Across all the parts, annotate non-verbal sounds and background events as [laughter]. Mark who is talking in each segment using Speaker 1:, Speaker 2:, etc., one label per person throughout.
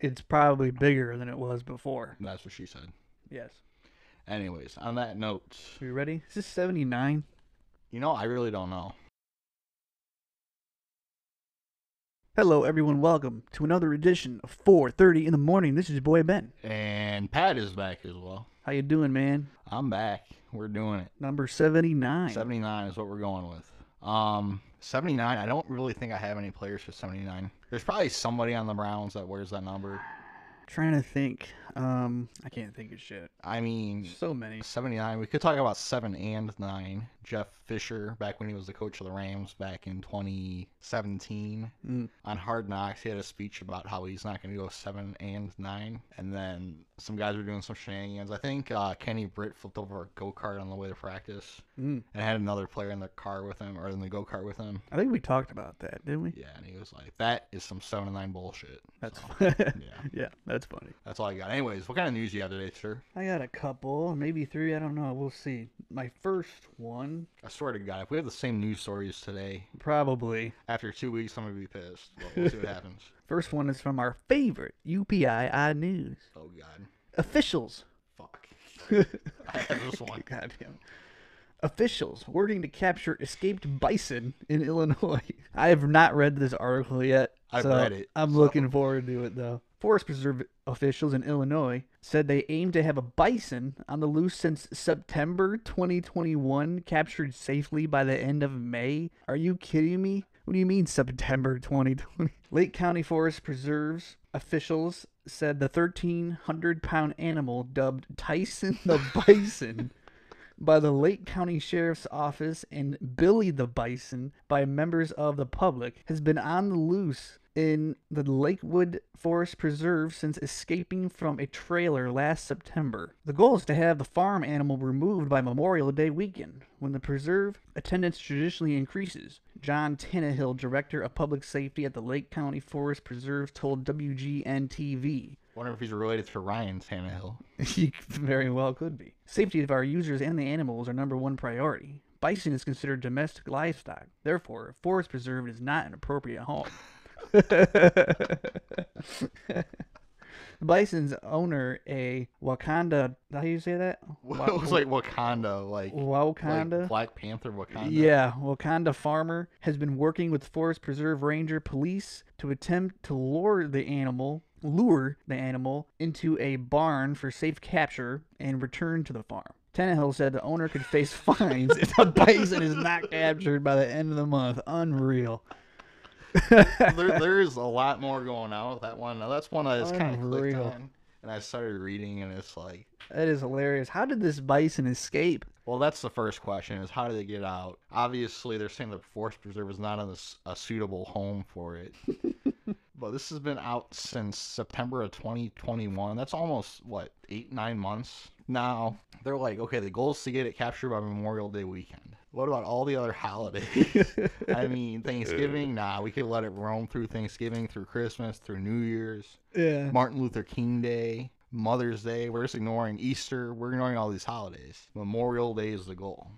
Speaker 1: it's probably bigger than it was before.
Speaker 2: That's what she said.
Speaker 1: Yes.
Speaker 2: Anyways, on that note,
Speaker 1: Are you ready? Is this 79?
Speaker 2: you know, I really don't know.
Speaker 1: Hello, everyone. Welcome to another edition of 4:30 in the morning. This is your boy Ben.
Speaker 2: And Pat is back as well.
Speaker 1: How you doing, man?
Speaker 2: I'm back. We're doing it.
Speaker 1: Number 79.
Speaker 2: 79 is what we're going with. Um, 79. I don't really think I have any players for 79. There's probably somebody on the Browns that wears that number.
Speaker 1: Trying to think. Um, I can't think of shit.
Speaker 2: I mean,
Speaker 1: So many.
Speaker 2: 79. We could talk about seven and nine. Jeff Fisher, back when he was the coach of the Rams back in 2017,
Speaker 1: Mm.
Speaker 2: on Hard Knocks, he had a speech about how he's not going to go seven and nine. And then some guys were doing some shenanigans. I think uh, Kenny Britt flipped over a go kart on the way to practice
Speaker 1: Mm.
Speaker 2: and had another player in the car with him or in the go kart with him.
Speaker 1: I think we talked about that, didn't we?
Speaker 2: Yeah, and he was like, "That is some seven and nine bullshit."
Speaker 1: That's
Speaker 2: So, yeah.
Speaker 1: [laughs] yeah, that's funny.
Speaker 2: That's all I got. Anyways, what kind of news do you have today, sir?
Speaker 1: I got a couple, maybe three. I don't know. We'll see. My first one,
Speaker 2: I swear to God, if we have the same news stories today,
Speaker 1: probably.
Speaker 2: after two weeks, I'm gonna be pissed. But we'll see what happens.
Speaker 1: First one is from our favorite UPI I News
Speaker 2: Oh God,
Speaker 1: officials.
Speaker 2: fuck. [laughs] I have this one.
Speaker 1: Goddamn. Officials working to capture escaped bison in Illinois. [laughs] I have not read this article yet.
Speaker 2: I've
Speaker 1: so
Speaker 2: read it,
Speaker 1: I'm
Speaker 2: so-
Speaker 1: looking forward to it though. Forest Preserve officials in Illinois said they aim to have a bison on the loose since September 2021, captured safely by the end of May. Are you kidding me? What do you mean September 2020? [laughs] Lake County Forest Preserves officials said the 1,300 pound animal dubbed Tyson the [laughs] Bison by the Lake County Sheriff's Office and Billy the Bison by members of the public has been on the loose in the Lakewood Forest Preserve since escaping from a trailer last September. The goal is to have the farm animal removed by Memorial Day weekend, when the preserve attendance traditionally increases. John Tannehill, Director of Public Safety at the Lake County Forest Preserve, told WGN TV.
Speaker 2: Wonder if he's related to Ryan Tannehill. [laughs]
Speaker 1: [laughs] He very well could be. Safety of our users and the animals are number one priority. Bison is considered domestic livestock. Therefore, a forest preserve is not an appropriate home. Bison's owner, a Wakanda, how do you say that?
Speaker 2: it was like Wakanda, like,
Speaker 1: Wakanda?
Speaker 2: like Black Panther Wakanda.
Speaker 1: Yeah, Wakanda Farmer has been working with Forest Preserve Ranger Police to attempt to lure the animal, lure the animal into a barn for safe capture and return to the farm. Tannehill said the owner could [laughs] face fines if the bison is not captured by the end of the month. Unreal.
Speaker 2: [laughs] there, there's a lot more going on with that one. Now, that's one I just kind of clicked
Speaker 1: Unreal.
Speaker 2: on, and I started reading, and it's like,
Speaker 1: That is hilarious. How did this bison escape?
Speaker 2: Well, that's the first question: is how do they get out? Obviously, they're saying the forest preserve is not a, a suitable home for it. but this has been out since September of 2021. That's almost what eight, nine months now. They're like, okay, the goal is to get it captured by Memorial Day weekend. What about all the other holidays? I mean, Thanksgiving? Nah, we could let it roam through Thanksgiving, through Christmas, through New Year's.
Speaker 1: Yeah.
Speaker 2: Martin Luther King Day, Mother's Day. We're just ignoring Easter. We're ignoring all these holidays. Memorial Day is
Speaker 1: [laughs]
Speaker 2: the goal.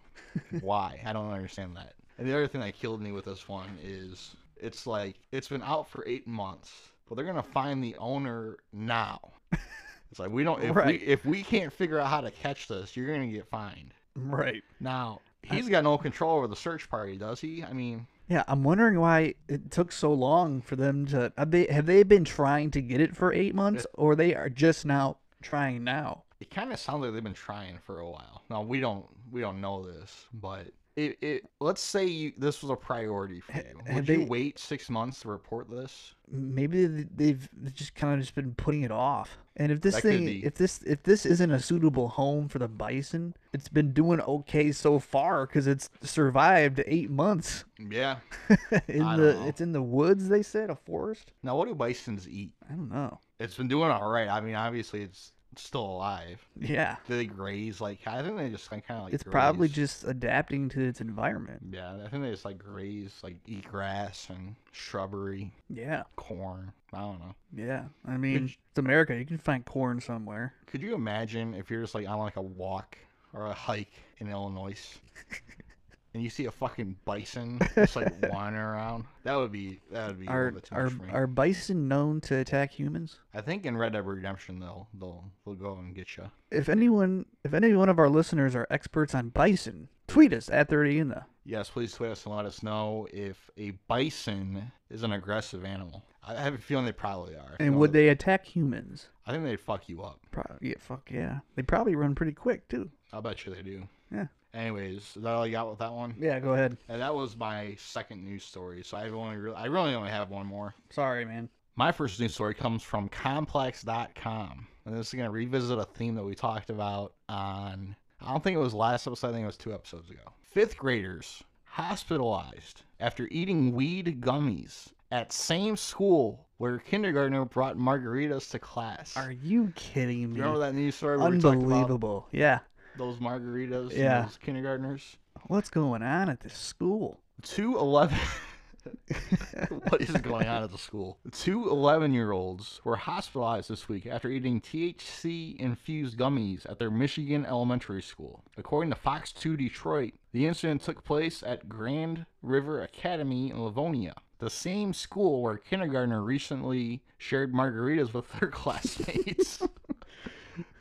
Speaker 2: Why? I don't understand that. And the other thing that killed me with this one is it's like it's been out for eight months, but they're gonna find the owner
Speaker 1: [laughs]
Speaker 2: now. It's like we don't if
Speaker 1: Right.
Speaker 2: we if we can't figure out how to catch this, you're gonna get fined.
Speaker 1: Right.
Speaker 2: Now he's got no control over the search party, does he? I mean,
Speaker 1: Yeah, I'm wondering why it took so long for them to. Have they have they been trying to get it for eight months, or they are just now trying now?
Speaker 2: it kind of sounds like they've been trying for a while. Now we don't we don't know this, but it, it let's say you, this was a priority for you.
Speaker 1: have
Speaker 2: Would
Speaker 1: they-
Speaker 2: you wait six months to report this?
Speaker 1: Maybe th- they've just kind of just been putting it off. And if this
Speaker 2: That could
Speaker 1: thing,
Speaker 2: be.
Speaker 1: if this, if this isn't a suitable home for the bison, it's been doing okay so far because it's survived eight months [laughs]
Speaker 2: Yeah.
Speaker 1: in
Speaker 2: I
Speaker 1: the.
Speaker 2: don't know.
Speaker 1: It's in the woods. They said a forest.
Speaker 2: Now what do bison's eat?
Speaker 1: I don't know.
Speaker 2: It's been doing all right. I mean, obviously it's still alive.
Speaker 1: Yeah,
Speaker 2: Do they graze like I think they just like, kind of like
Speaker 1: it's probably
Speaker 2: graze.
Speaker 1: just adapting to its environment.
Speaker 2: yeah. I think they just like graze like eat grass and shrubbery,
Speaker 1: Yeah,
Speaker 2: corn. I don't know.
Speaker 1: yeah. I mean, it's America. You can find corn somewhere. [laughs]
Speaker 2: Could you imagine if you're just like on like a walk or a hike in Illinois and you see a fucking bison just
Speaker 1: [laughs]
Speaker 2: like wandering around, that would be that would be a
Speaker 1: Are
Speaker 2: little bit too
Speaker 1: are
Speaker 2: much for me.
Speaker 1: are bison known to attack humans?
Speaker 2: I think in Red Dead Redemption they'll they'll they'll go and get you.
Speaker 1: If anyone, if any one of our listeners are experts on bison, tweet us at thirty in the.
Speaker 2: Yes, please tweet us and let us know if a bison is an aggressive animal. I I have a feeling they probably are. I feel
Speaker 1: And would
Speaker 2: that-
Speaker 1: they attack humans?
Speaker 2: I think they'd fuck you up.
Speaker 1: Pro- yeah, fuck yeah. They probably run pretty quick too.
Speaker 2: I'll bet you they do.
Speaker 1: Yeah.
Speaker 2: Anyways, is that all you got with that one?
Speaker 1: Yeah, go ahead.
Speaker 2: And that was my second news story. So I've only really, I really only have one more.
Speaker 1: Sorry, man.
Speaker 2: My first news story comes from complex.com. And this is going to revisit a theme that we talked about on, I don't think it was last episode, I think it was two episodes ago. Fifth graders hospitalized after eating weed gummies at same school where kindergartner brought margaritas to class.
Speaker 1: Are you kidding
Speaker 2: you
Speaker 1: me?
Speaker 2: remember that news story where we talked about
Speaker 1: Unbelievable. Yeah.
Speaker 2: those margaritas
Speaker 1: Yeah.
Speaker 2: and those kindergartners?
Speaker 1: What's going on at this school?
Speaker 2: Two 11 [laughs] what is going on at the school? [laughs] Two 11 year olds were hospitalized this week after eating THC infused gummies at their Michigan elementary school. According to Fox 2 Detroit, the incident took place at Grand River Academy in Livonia, the same school where kindergartner recently shared margaritas with her [laughs] classmates.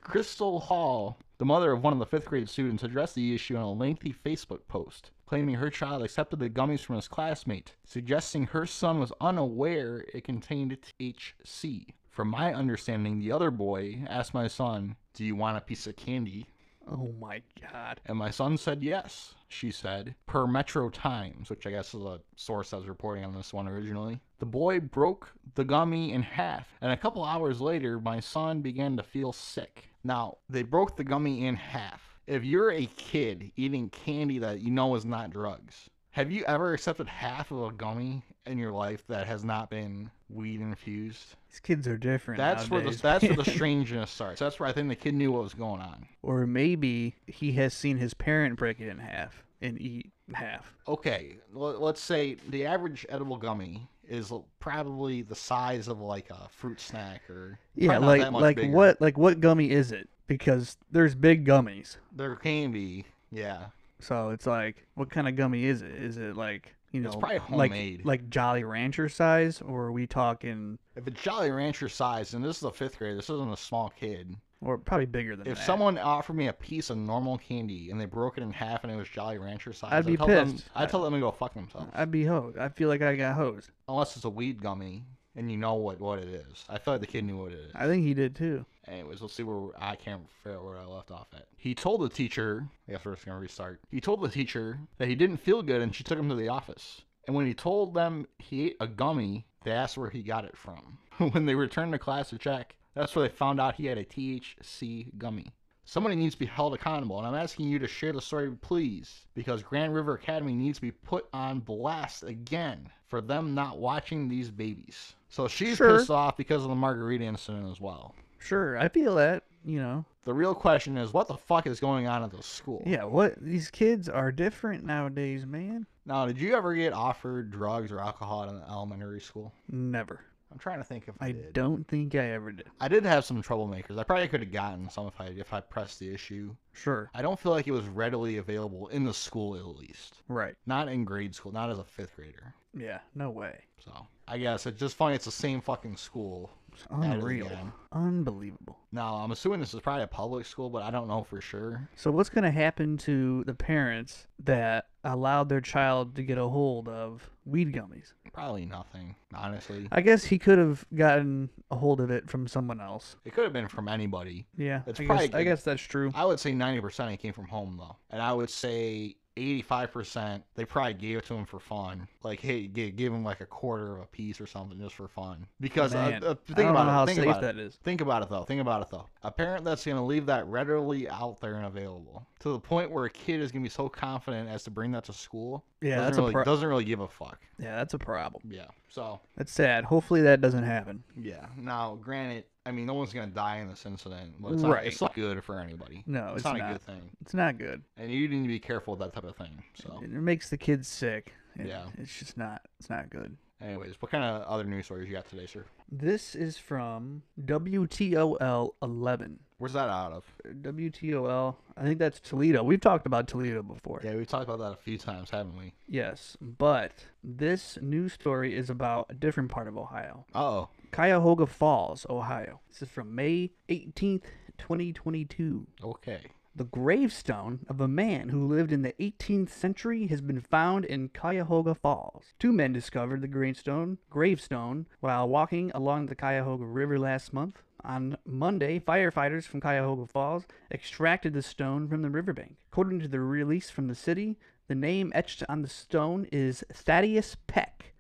Speaker 2: Crystal Hall, the mother of one of the fifth grade students, addressed the issue in a lengthy Facebook post, claiming her child accepted the gummies from his classmate, suggesting her son was unaware it contained THC. From my understanding, the other boy asked my son, Do you want a piece of candy?
Speaker 1: Oh my god.
Speaker 2: And my son said yes, she said, per Metro Times, which I guess is a source that was reporting on this one originally. The boy broke the gummy in half, and a couple hours later, my son began to feel sick. Now, they broke the gummy in half. If you're a kid eating candy that you know is not drugs, have you ever accepted half of a gummy in your life that has not been weed infused?
Speaker 1: These kids are different.
Speaker 2: That's where the
Speaker 1: nowadays,
Speaker 2: that's where the
Speaker 1: man.
Speaker 2: strangeness starts. That's where I think the kid knew what was going on.
Speaker 1: [laughs] Or maybe he has seen his parent break it in half and eat half.
Speaker 2: okay l- let's say the average edible gummy is l- probably the size of like a fruit snack or
Speaker 1: Yeah,
Speaker 2: probably not
Speaker 1: like
Speaker 2: that much
Speaker 1: like
Speaker 2: bigger.
Speaker 1: what like what gummy is it? Because there's big gummies.
Speaker 2: there can be yeah
Speaker 1: So it's like what kind of gummy is it? Is it like you know
Speaker 2: It's probably
Speaker 1: like-
Speaker 2: homemade.
Speaker 1: like Jolly Rancher size or are we talking
Speaker 2: if it's jolly rancher size and this is a fifth grade this isn't a small kid
Speaker 1: or probably bigger than
Speaker 2: if
Speaker 1: that.
Speaker 2: someone offered me a piece of normal candy and they broke it in half and it was jolly rancher size
Speaker 1: I'd be
Speaker 2: tell them,
Speaker 1: pissed.
Speaker 2: i tell them to go fuck themselves
Speaker 1: I'd be hosed. I feel like I got hosed.
Speaker 2: unless it's a weed gummy and you know what, what it is i feel like the kid knew what it is
Speaker 1: I think he did too.
Speaker 2: Anyways, let's see where I can't figure out where I left off at. He told the teacher, I guess we're just gonna restart. He told the teacher that he didn't feel good, and she took him to the office. And when he told them he ate a gummy, they asked where he got it from. [laughs] when they returned to class to check, that's where they found out he had a THC gummy. Somebody needs to be held accountable, and I'm asking you to share the story, please, because Grand River Academy needs to be put on blast again for them not watching these babies. So she's
Speaker 1: Sure.
Speaker 2: pissed off because of the margarita incident as well.
Speaker 1: Sure, I feel that, you know.
Speaker 2: The real question is, what the fuck is going on at the school?
Speaker 1: Yeah, what these kids are different nowadays, man.
Speaker 2: Now, did you ever get offered drugs or alcohol in elementary school?
Speaker 1: Never.
Speaker 2: I'm trying to think if I,
Speaker 1: I
Speaker 2: did.
Speaker 1: don't think I ever did.
Speaker 2: I did have some troublemakers. I probably could have gotten some if I if I pressed the issue.
Speaker 1: Sure.
Speaker 2: I don't feel like it was readily available in the school at least.
Speaker 1: Right.
Speaker 2: Not in grade school. Not as a fifth grader.
Speaker 1: Yeah, no way.
Speaker 2: So I guess it's just funny. It's the same fucking school.
Speaker 1: It's
Speaker 2: is
Speaker 1: unreal.
Speaker 2: again.
Speaker 1: Unbelievable.
Speaker 2: Now I'm assuming this is probably a public school, but I don't know for sure.
Speaker 1: So what's going to happen to the parents that allowed their child to get a hold of weed gummies?
Speaker 2: Probably nothing, honestly.
Speaker 1: I guess he could have gotten a hold of it from someone else.
Speaker 2: It could have been from anybody.
Speaker 1: Yeah,
Speaker 2: It's
Speaker 1: I guess,
Speaker 2: probably
Speaker 1: I
Speaker 2: good.
Speaker 1: guess that's true.
Speaker 2: I would say 90% it came from home, though. And I would say 85% they probably gave it to him for fun. Like, hey, give, give him like a quarter of a piece or something just for fun. Because uh,
Speaker 1: Man,
Speaker 2: uh,
Speaker 1: I
Speaker 2: think
Speaker 1: don't
Speaker 2: about
Speaker 1: know
Speaker 2: it.
Speaker 1: how
Speaker 2: think
Speaker 1: safe
Speaker 2: about it.
Speaker 1: that is.
Speaker 2: Think about it though. Think about it though. A parent that's going to leave that readily out there and available to the point where a kid is going to be so confident as to bring that to school.
Speaker 1: Yeah,
Speaker 2: doesn't
Speaker 1: that's a
Speaker 2: really,
Speaker 1: pro-
Speaker 2: doesn't really give a fuck.
Speaker 1: Yeah, that's a problem.
Speaker 2: Yeah. So
Speaker 1: That's sad. Hopefully that doesn't happen.
Speaker 2: yeah. Now, granted, I mean, no one's going to die in this incident, but it's not,
Speaker 1: Right.
Speaker 2: it's not good for anybody.
Speaker 1: No,
Speaker 2: it's
Speaker 1: it's
Speaker 2: not,
Speaker 1: not.
Speaker 2: a good thing,
Speaker 1: It's not good.
Speaker 2: and you need to be careful with that type of thing. So.
Speaker 1: It it makes the kids sick. and
Speaker 2: Yeah.
Speaker 1: It's just not it's not good.
Speaker 2: Anyways, what kind of other news stories you got today, sir?
Speaker 1: This is from WTOL 11.
Speaker 2: Where's that out of?
Speaker 1: WTOL. I think that's Toledo. We've talked about Toledo before.
Speaker 2: Yeah, we've talked about that a few times, haven't we?
Speaker 1: Yes, but this news story is about a different part of Ohio.
Speaker 2: Oh,
Speaker 1: Cuyahoga Falls, Ohio. This is from May 18th, 2022.
Speaker 2: okay.
Speaker 1: The gravestone of a man who lived in the 18th century has been found in Cuyahoga Falls. Two men discovered the gravestone, gravestone while walking along the Cuyahoga River last month. On Monday, firefighters from Cuyahoga Falls extracted the stone from the riverbank. According to the release from the city, the name etched on the stone is Thaddeus Peck.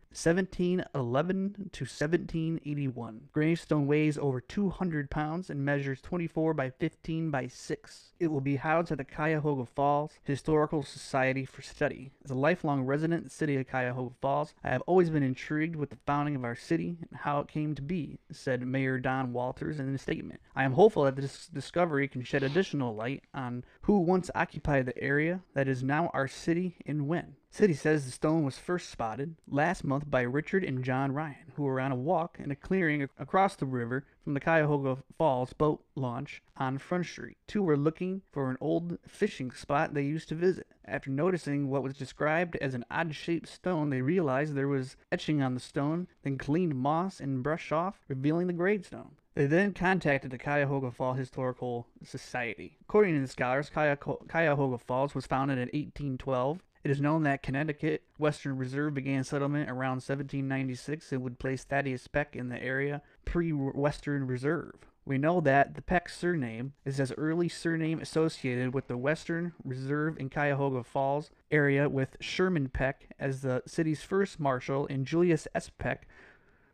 Speaker 1: 1711 to 1781. Gravestone weighs over 200 pounds and measures 24 by 15 by 6. It will be housed at the Cuyahoga Falls Historical Society for Study. As a lifelong resident in the city of Cuyahoga Falls, I have always been intrigued with the founding of our city and how it came to be, said Mayor Don Walters in a statement. I am hopeful that this discovery can shed additional light on who once occupied the area that is now our city and when. City says the stone was first spotted last month by Richard and John Ryan, who were on a walk in a clearing ac- across the river from the Cuyahoga Falls boat launch on Front Street. Two were looking for an old fishing spot they used to visit. After noticing what was described as an odd shaped stone, they realized there was etching on the stone, then cleaned moss and brush off, revealing the gravestone. They then contacted the Cuyahoga Falls Historical Society. According to the scholars, Cuyaco- Cuyahoga Falls was founded in 1812 it is known that Connecticut Western Reserve began settlement around 1796 and would place Thaddeus Peck in the area pre Western Reserve. We know that the Peck surname is as early surname associated with the Western Reserve in Cuyahoga Falls area with Sherman Peck as the city's first marshal and Julius S. Peck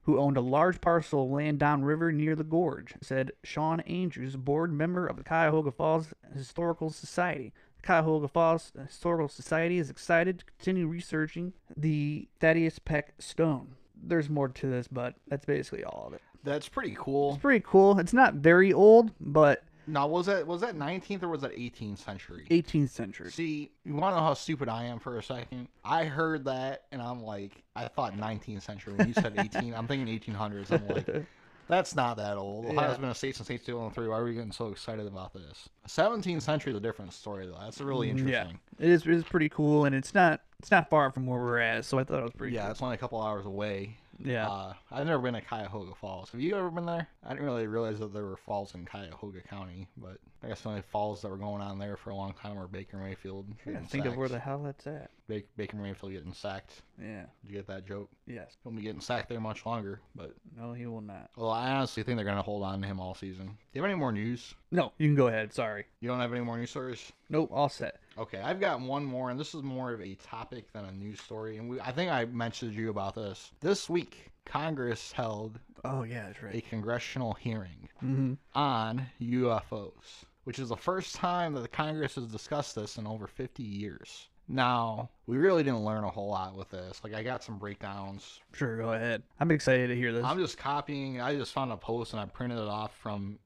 Speaker 1: who owned a large parcel of land downriver near the gorge, said Sean Andrews, board member of the Cuyahoga Falls Historical Society. The Cuyahoga Falls Historical Society is excited to continue researching the Thaddeus Peck stone. There's more to this, but that's basically all of it.
Speaker 2: That's pretty cool.
Speaker 1: It's pretty cool. It's not very old, but
Speaker 2: Now, was that was that 19th or was that 18th century?
Speaker 1: 18th century.
Speaker 2: See, you want to know how stupid I am for a second? I heard that and I'm like, I thought 19th century. When you said 18, I'm thinking 1800s. I'm [laughs] like, that's not that old. Ohio's
Speaker 1: Yeah.
Speaker 2: been a state since 1803. Why are we getting so excited about this? 17th century is a different story, though. That's really
Speaker 1: Yeah,
Speaker 2: interesting.
Speaker 1: it is. It is pretty cool, and it's not. It's not far from where we're at, so I thought it was
Speaker 2: Yeah,
Speaker 1: pretty.
Speaker 2: it's only a couple hours away.
Speaker 1: cool. yeah.
Speaker 2: Uh, I've never been to Cuyahoga Falls. Have you ever been there? I didn't really realize that there were falls in Cuyahoga County, but I guess the only falls that were going on there for a long time were Baker Mayfield.
Speaker 1: I
Speaker 2: getting
Speaker 1: can't think of where the
Speaker 2: sacked.
Speaker 1: hell that's at.
Speaker 2: Ba- Baker Mayfield getting sacked.
Speaker 1: Yeah.
Speaker 2: Did you get that joke?
Speaker 1: Yes.
Speaker 2: He'll be getting sacked there much longer, but
Speaker 1: No, he will not.
Speaker 2: well, I honestly think they're gonna hold on to him all season. Do you have any more news?
Speaker 1: No, you can go ahead. Sorry.
Speaker 2: You don't have any more news stories?
Speaker 1: Nope, all set.
Speaker 2: Okay, I've got one more, and this is more of a topic than a news story. And we, I think I mentioned you about this this week. Congress held
Speaker 1: Oh yeah, that's
Speaker 2: a congressional hearing
Speaker 1: Mm-hmm.
Speaker 2: on UFOs, which is the first time that the Congress has discussed this in over 50 years. Now, we really didn't learn a whole lot with this. Like, I got some breakdowns.
Speaker 1: Sure, go ahead. I'm excited to hear this.
Speaker 2: I'm just copying, I just found a post and I printed it off from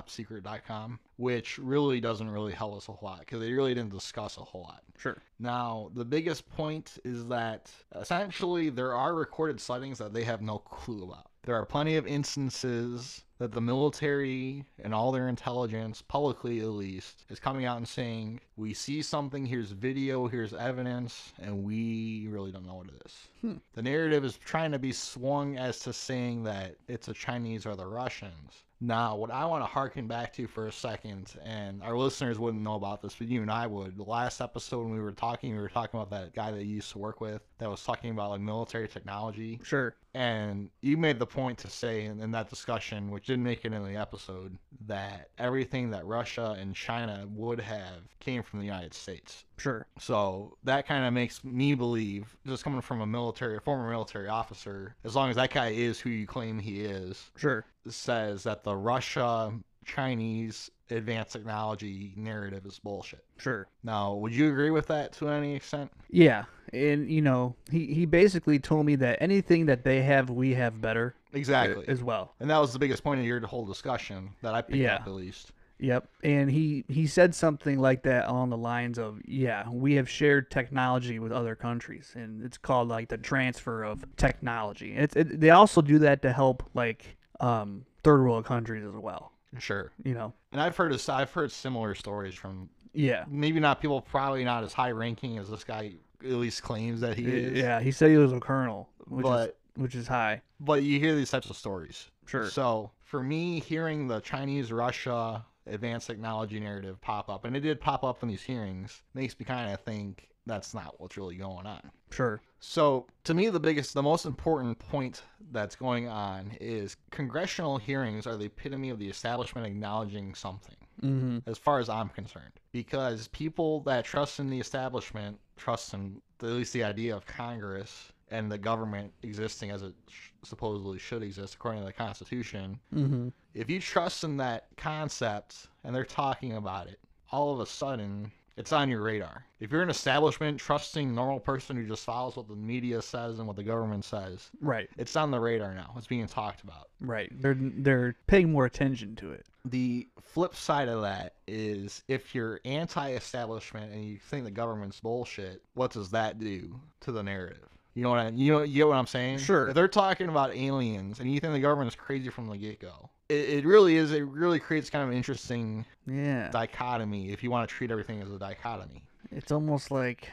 Speaker 2: abovetopsecret.com, which really doesn't really help us a whole lot because they really didn't discuss a whole lot.
Speaker 1: sure.
Speaker 2: Now, the biggest point is that essentially there are recorded sightings that they have no clue about. There are plenty of instances that the military and all their intelligence, publicly at least, is coming out and saying, We see something, here's video, here's evidence, and we really don't know what it is.
Speaker 1: Hmm.
Speaker 2: The narrative is trying to be swung as to saying that it's the Chinese or the Russians. Now, what I want to harken back to for a second, and our listeners wouldn't know about this, but you and I would. The last episode when we were talking, we were talking about that guy that you used to work with that was talking about like military technology.
Speaker 1: Sure.
Speaker 2: And you made the point to say in, in that discussion, which didn't make it in the episode, that everything that Russia and China would have came from the United States.
Speaker 1: Sure.
Speaker 2: So that kind of makes me believe, just coming from a military, a former military officer, as long as that guy is who you claim he is,
Speaker 1: Sure.
Speaker 2: says that the Russia Chinese advanced technology narrative is bullshit.
Speaker 1: Sure.
Speaker 2: Now, would you agree with that to any extent?
Speaker 1: Yeah. And you know, he, he basically told me that anything that they have we have better uh,
Speaker 2: Exactly.
Speaker 1: as well.
Speaker 2: and that was the biggest point of your whole discussion that I picked
Speaker 1: Yeah.
Speaker 2: up at least.
Speaker 1: Yep. And he, he said something like that along the lines of, Yeah, we have shared technology with other countries and it's called like the transfer of technology. It's it, they also do that to help like um third world countries as well.
Speaker 2: Sure.
Speaker 1: You know,
Speaker 2: And I've heard a, I've heard similar stories from
Speaker 1: yeah,
Speaker 2: maybe not people probably not as high ranking as this guy at least claims that he is.
Speaker 1: yeah. He said he was a colonel, which is
Speaker 2: But-
Speaker 1: which is high.
Speaker 2: But you hear these types of stories.
Speaker 1: Sure.
Speaker 2: So for me, hearing the Chinese Russia advanced technology narrative pop up, and it did pop up in these hearings, makes me kind of think that's not what's really going on.
Speaker 1: sure.
Speaker 2: So, to me, the biggest, the most important point that's going on is congressional hearings are the epitome of the establishment acknowledging something,
Speaker 1: Mm-hmm.
Speaker 2: as far as I'm concerned. Because people that trust in the establishment trust in the, at least the idea of Congress and the government existing as it sh- supposedly should exist according to the Constitution.
Speaker 1: Mm-hmm.
Speaker 2: If you trust in that concept and they're talking about it, all of a sudden it's on your radar. If you're an establishment trusting normal person who just follows what the media says and what the government says,
Speaker 1: Right.
Speaker 2: it's on the radar now. It's being talked about.
Speaker 1: Right. They're they're paying more attention to it.
Speaker 2: The flip side of that is if you're anti establishment and you think the government's bullshit, what does that do to the narrative? You know what I you know you get what I'm saying?
Speaker 1: Sure.
Speaker 2: If they're talking about aliens and you think the government's crazy from the get go, it, it really is it really creates kind of an interesting
Speaker 1: Yeah.
Speaker 2: dichotomy if you want to treat everything as a dichotomy.
Speaker 1: It's almost like,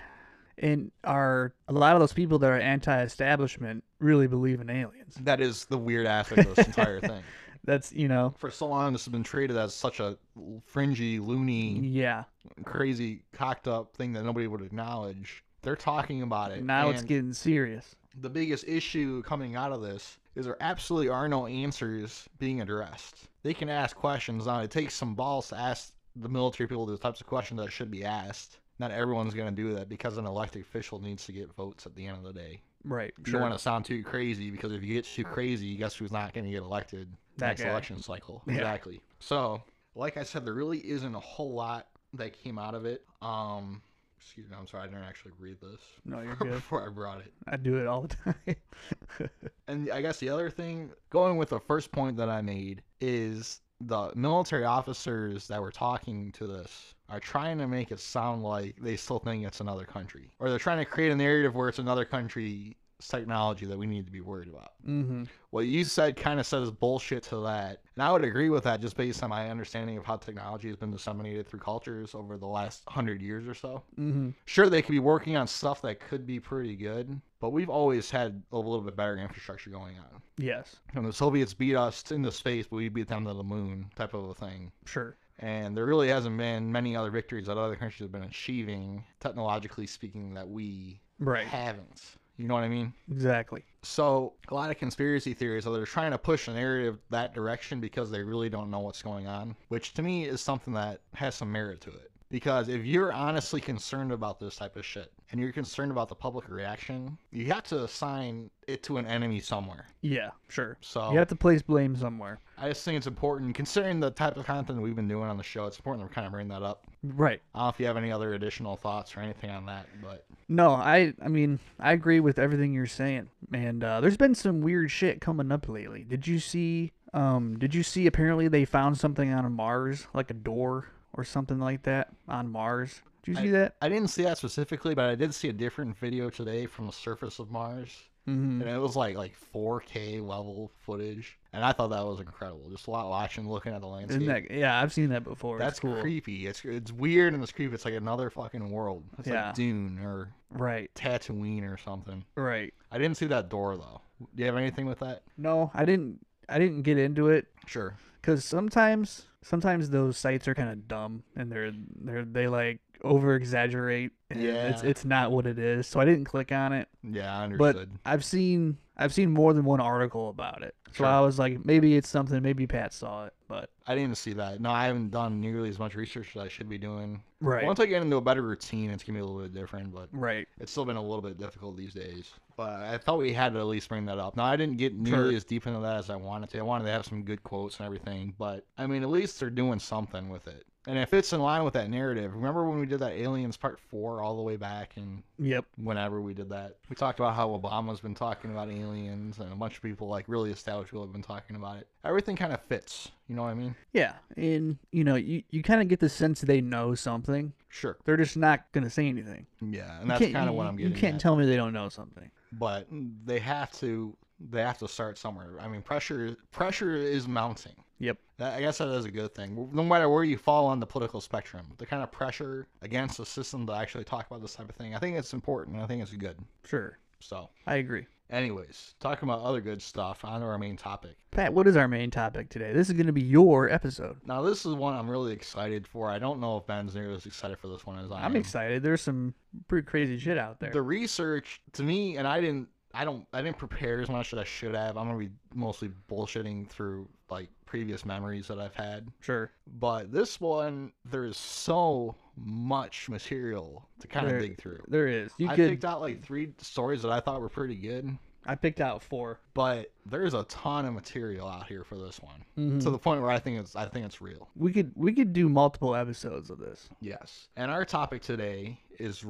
Speaker 1: and are a lot of those people that are anti-establishment really believe in aliens?
Speaker 2: That is the weird aspect of
Speaker 1: [laughs]
Speaker 2: this entire thing.
Speaker 1: That's you know.
Speaker 2: For so long, this has been treated as such a fringy, loony,
Speaker 1: Yeah.
Speaker 2: crazy, cocked up thing that nobody would acknowledge. They're talking about it.
Speaker 1: Now it's
Speaker 2: and
Speaker 1: getting serious.
Speaker 2: the biggest issue coming out of this is there absolutely are no answers being addressed. They can ask questions now. It takes some balls to ask the military people the types of questions that should be asked. Not everyone's going to do that because an elected official needs to get votes at the end of the day.
Speaker 1: Right.
Speaker 2: You don't want to sound too crazy because if you get too crazy, guess who's not going to get elected
Speaker 1: That
Speaker 2: next
Speaker 1: guy.
Speaker 2: election cycle?
Speaker 1: Yeah.
Speaker 2: Exactly. So, like I said, there really isn't a whole lot that came out of it. Um, excuse me, I'm sorry, I didn't actually read this [laughs]
Speaker 1: No, you're good.
Speaker 2: before I brought it.
Speaker 1: I do it all the [laughs] time.
Speaker 2: And I guess the other thing, going with the first point that I made, is the military officers that were talking to this are trying to make it sound like they still think it's another country, or they're trying to create a narrative where it's another country's technology that we need to be worried about
Speaker 1: mm-hmm.
Speaker 2: what you said kind of says bullshit to that. And I would agree with that just based on my understanding of how technology has been disseminated through cultures over the last hundred years or so.
Speaker 1: Mm-hmm.
Speaker 2: Sure, they could be working on stuff that could be pretty good, but we've always had a little bit better infrastructure going on.
Speaker 1: Yes.
Speaker 2: When the Soviets beat us into space, but we beat them to the moon type of a thing.
Speaker 1: Sure.
Speaker 2: And there really hasn't been many other victories that other countries have been achieving, technologically speaking, that we
Speaker 1: Right.
Speaker 2: haven't. You know what I mean?
Speaker 1: Exactly.
Speaker 2: So a lot of conspiracy theories are they're trying to push the narrative that direction because they really don't know what's going on, which to me is something that has some merit to it. Because if you're honestly concerned about this type of shit and you're concerned about the public reaction, you have to assign it to an enemy somewhere.
Speaker 1: Yeah. Sure.
Speaker 2: So
Speaker 1: You have to place blame somewhere.
Speaker 2: I just think it's important, considering the type of content we've been doing on the show, it's important to kind of bring that up.
Speaker 1: Right.
Speaker 2: I don't know if you have any other additional thoughts or anything on that, but
Speaker 1: No, I I mean, I agree with everything you're saying. And uh, there's been some weird shit coming up lately. Did you see um did you see apparently they found something on Mars, like a door or something like that on Mars? Did you see that?
Speaker 2: I didn't see that specifically, but I did see a different video today from the surface of Mars.
Speaker 1: Mhm.
Speaker 2: and it was like like 4K level footage, and I thought that was incredible. Just a lot watching, looking at the landscape.
Speaker 1: Isn't that yeah, I've seen that before.
Speaker 2: That's
Speaker 1: it's cool.
Speaker 2: creepy. It's it's weird and it's creepy. It's like another fucking world. It's
Speaker 1: Yeah.
Speaker 2: like Dune or
Speaker 1: Right.
Speaker 2: Tatooine or something.
Speaker 1: Right.
Speaker 2: I didn't see that door though. Do you have anything with that?
Speaker 1: No, I didn't I didn't get into it
Speaker 2: Sure.
Speaker 1: cuz sometimes sometimes those sites are kind of dumb and they're they're they like over exaggerate and it's
Speaker 2: Yeah.
Speaker 1: it's not what it is. So I didn't click on it.
Speaker 2: Yeah, I
Speaker 1: but
Speaker 2: understood.
Speaker 1: I've seen I've seen more than one article about it. So
Speaker 2: Sure.
Speaker 1: I was like, maybe it's something. Maybe Pat saw it, but
Speaker 2: I didn't see that. No, I haven't done nearly as much research as I should be doing.
Speaker 1: right,
Speaker 2: Once I get into a better routine, it's gonna be a little bit different. But
Speaker 1: right,
Speaker 2: it's still been a little bit difficult these days. But I thought we had to at least bring that up. Now I didn't get nearly
Speaker 1: Sure.
Speaker 2: as deep into that as I wanted to. I wanted to have some good quotes and everything, but I mean at least they're doing something with it. And if it's in line with that narrative, remember when we did that Aliens Part Four all the way back and
Speaker 1: yep,
Speaker 2: whenever we did that. We talked about how Obama's been talking about aliens and a bunch of people like really established people have been talking about it. Everything kind of fits. You know what I mean?
Speaker 1: yeah. And you know, you you kind of get the sense they know something.
Speaker 2: Sure.
Speaker 1: They're just not gonna say anything.
Speaker 2: Yeah.
Speaker 1: You
Speaker 2: And that's
Speaker 1: can't-
Speaker 2: kind of
Speaker 1: you-
Speaker 2: what I'm getting
Speaker 1: You can't
Speaker 2: at.
Speaker 1: tell me they don't know something.
Speaker 2: but they have to they have to start somewhere. I mean, pressure pressure is mounting.
Speaker 1: Yep.
Speaker 2: That, I guess that is a good thing. No matter where you fall on the political spectrum, the kind of pressure against the system to actually talk about this type of thing, I think it's important. I think it's good.
Speaker 1: Sure.
Speaker 2: So,
Speaker 1: I agree.
Speaker 2: anyways, talking about other good stuff, on to our main topic.
Speaker 1: Pat, what is our main topic today? This is going to be your episode.
Speaker 2: Now, this is one I'm really excited for. I don't know if Ben's nearly as excited for this one as I
Speaker 1: I'm
Speaker 2: am.
Speaker 1: excited. There's some pretty crazy shit out there.
Speaker 2: The research to me, and I didn't, I don't, I didn't prepare as much as I should have. I'm gonna be mostly bullshitting through like previous memories that I've had.
Speaker 1: Sure.
Speaker 2: But this one, there is so much material to kind
Speaker 1: There-
Speaker 2: of dig through.
Speaker 1: There is. You
Speaker 2: I
Speaker 1: could.
Speaker 2: picked out like three stories that I thought were pretty good,
Speaker 1: I picked out 4
Speaker 2: but there's a ton of material out here for this one.
Speaker 1: Mhm.
Speaker 2: To the point where I think it's, I think it's real.
Speaker 1: we could we could do multiple episodes of this.
Speaker 2: Yes. And our topic today is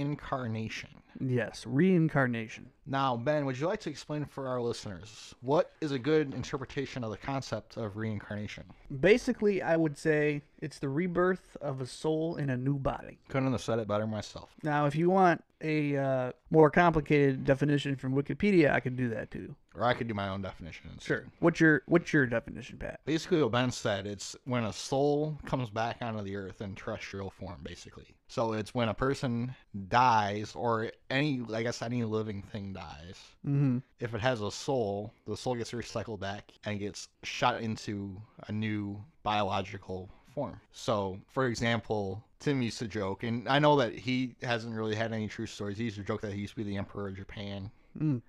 Speaker 2: reincarnation.
Speaker 1: Yes, reincarnation.
Speaker 2: Now, Ben, would you like to explain for our listeners what is a good interpretation of the concept of reincarnation?
Speaker 1: Basically, I would say it's the rebirth of a soul in a new body.
Speaker 2: Couldn't have said it better myself.
Speaker 1: Now, if you want a uh, more complicated definition from Wikipedia, I can do that too.
Speaker 2: Or I could do my own definition. instead.
Speaker 1: What's your what's your definition, Pat?
Speaker 2: Basically, what Ben said, it's when a soul comes back onto the earth in terrestrial form, basically. So it's when a person dies, or any, I guess, any living thing dies.
Speaker 1: Mm-hmm.
Speaker 2: If it has a soul, the soul gets recycled back and gets shot into a new biological form. So, for example, Tim used to joke, and I know that he hasn't really had any true stories. He used to joke that he used to be the emperor of Japan [laughs]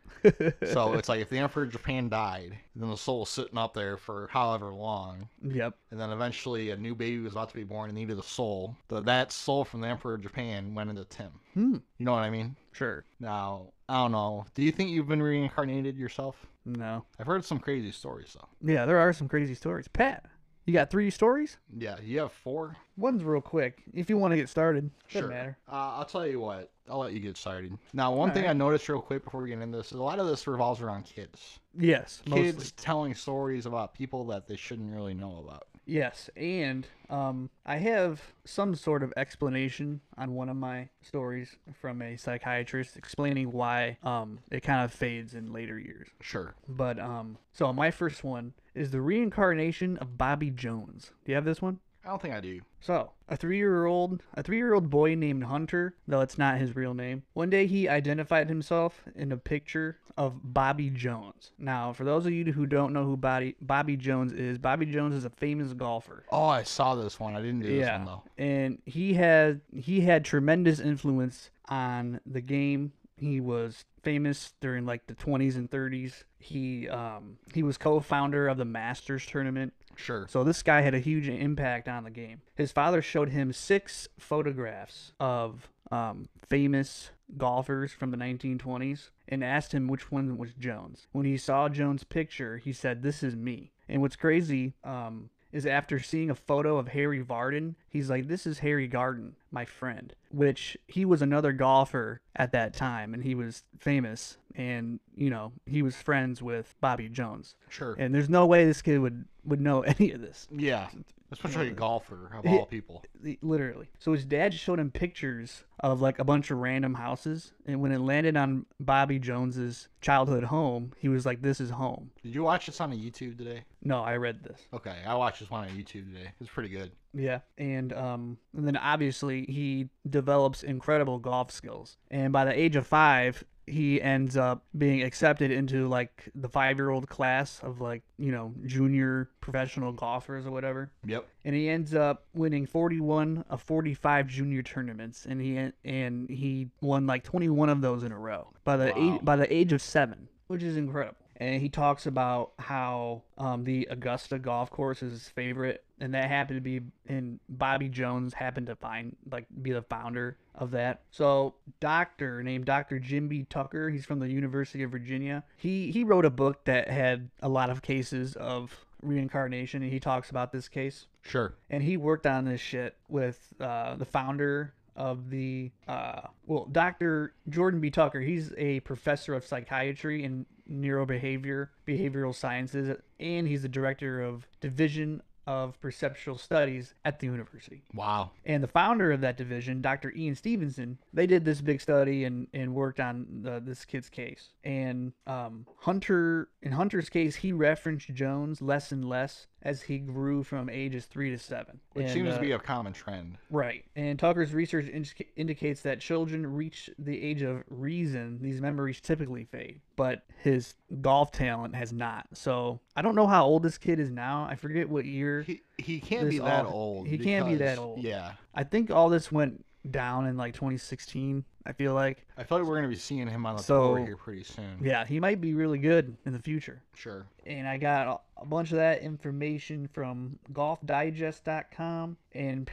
Speaker 2: so it's like if the Emperor of Japan died, then the soul was sitting up there for however long,
Speaker 1: Yep.
Speaker 2: and then eventually a new baby was about to be born and needed a soul. So that soul from the Emperor of Japan went into Tim.
Speaker 1: Hmm.
Speaker 2: You know what I mean?
Speaker 1: Sure.
Speaker 2: Now, I don't know. Do you think you've been reincarnated yourself?
Speaker 1: No.
Speaker 2: I've heard some crazy stories though.
Speaker 1: Yeah, there are some crazy stories. Pat, you got three stories?
Speaker 2: Yeah, you have four.
Speaker 1: One's real quick. If you want to get started, doesn't matter.
Speaker 2: Uh, I'll tell you what. I'll let you get started. Now, one
Speaker 1: All
Speaker 2: thing
Speaker 1: right.
Speaker 2: I noticed real quick before we get into this is a lot of this revolves around kids.
Speaker 1: Yes, mostly.
Speaker 2: Kids telling stories about people that they shouldn't really know about.
Speaker 1: Yes, and um, I have some sort of explanation on one of my stories from a psychiatrist explaining why um, it kind of fades in later years.
Speaker 2: Sure.
Speaker 1: But um, so my first one is the reincarnation of Bobby Jones. Do you have this one?
Speaker 2: I don't think I do.
Speaker 1: So, a three-year-old, a three-year-old boy named Hunter, though it's not his real name. One day, he identified himself in a picture of Bobby Jones. Now, for those of you who don't know who Bobby Bobby Jones is, Bobby Jones is a famous golfer.
Speaker 2: Oh, I saw this one. I didn't do this one though.
Speaker 1: and he had he had tremendous influence on the game. He was famous during like the 20s and 30s. He um, he was co-founder of the Masters tournament.
Speaker 2: Sure.
Speaker 1: So this guy had a huge impact on the game. His father showed him six photographs of um, famous golfers from the 1920s and asked him which one was Jones. When he saw Jones' picture, he said, "This is me." And what's crazy um, is after seeing a photo of Harry Varden, he's like, "This is Harry Garden, my friend," which he was another golfer at that time, and he was famous, and you know he was friends with Bobby Jones.
Speaker 2: Sure.
Speaker 1: And there's no way this kid would would know [laughs] any of this,
Speaker 2: yeah. Especially a golfer of all people.
Speaker 1: li- literally. So his dad showed him pictures of like a bunch of random houses, and when it landed on Bobby Jones's childhood home, he was like, "This is home."
Speaker 2: Did you watch this on YouTube today?
Speaker 1: No, I read this.
Speaker 2: Okay, I watched this one on YouTube today. It's pretty good.
Speaker 1: Yeah, and um, and then obviously he develops incredible golf skills, and by the age of five, he ends up being accepted into like the five-year-old class of like you know junior professional golfers or whatever.
Speaker 2: Yep.
Speaker 1: and he ends up winning 41 of 45 junior tournaments and he and he won like 21 of those in a row by the
Speaker 2: Wow.
Speaker 1: age, by the age of 7 which is incredible and he talks about how um, the Augusta golf course is his favorite and that happened to be and Bobby Jones happened to find like be the founder of that so doctor named Dr. Jim B. Tucker he's from the University of Virginia he he wrote a book that had a lot of cases of reincarnation and he talks about this case
Speaker 2: Sure.
Speaker 1: and he worked on this shit with uh, the founder of the uh, well dr jordan b tucker he's a professor of psychiatry and neurobehavior behavioral sciences and he's the director of division of perceptual studies at the university
Speaker 2: Wow.
Speaker 1: and the founder of that division, Dr. Ian Stevenson, they did this big study and, and worked on the, this kid's case. And um, Hunter, in Hunter's case, he referenced Jones less and less as he grew from ages three to seven.
Speaker 2: which
Speaker 1: And,
Speaker 2: seems
Speaker 1: uh,
Speaker 2: to be a common trend.
Speaker 1: Right. And Tucker's research indica- indicates that children reach the age of reason, these memories typically fade, but his golf talent has not. So I don't know how old this kid is now. I forget what year.
Speaker 2: He he can't
Speaker 1: This
Speaker 2: be that
Speaker 1: all-
Speaker 2: old.
Speaker 1: he can't be that
Speaker 2: because-
Speaker 1: old.
Speaker 2: Yeah,
Speaker 1: I think all this went down in like 2016, I feel like.
Speaker 2: I feel like we're gonna be seeing him on the
Speaker 1: So-
Speaker 2: tour here pretty soon.
Speaker 1: Yeah, he might be really good in the future.
Speaker 2: sure.
Speaker 1: and I got a- a bunch of that information from golfdigest.com and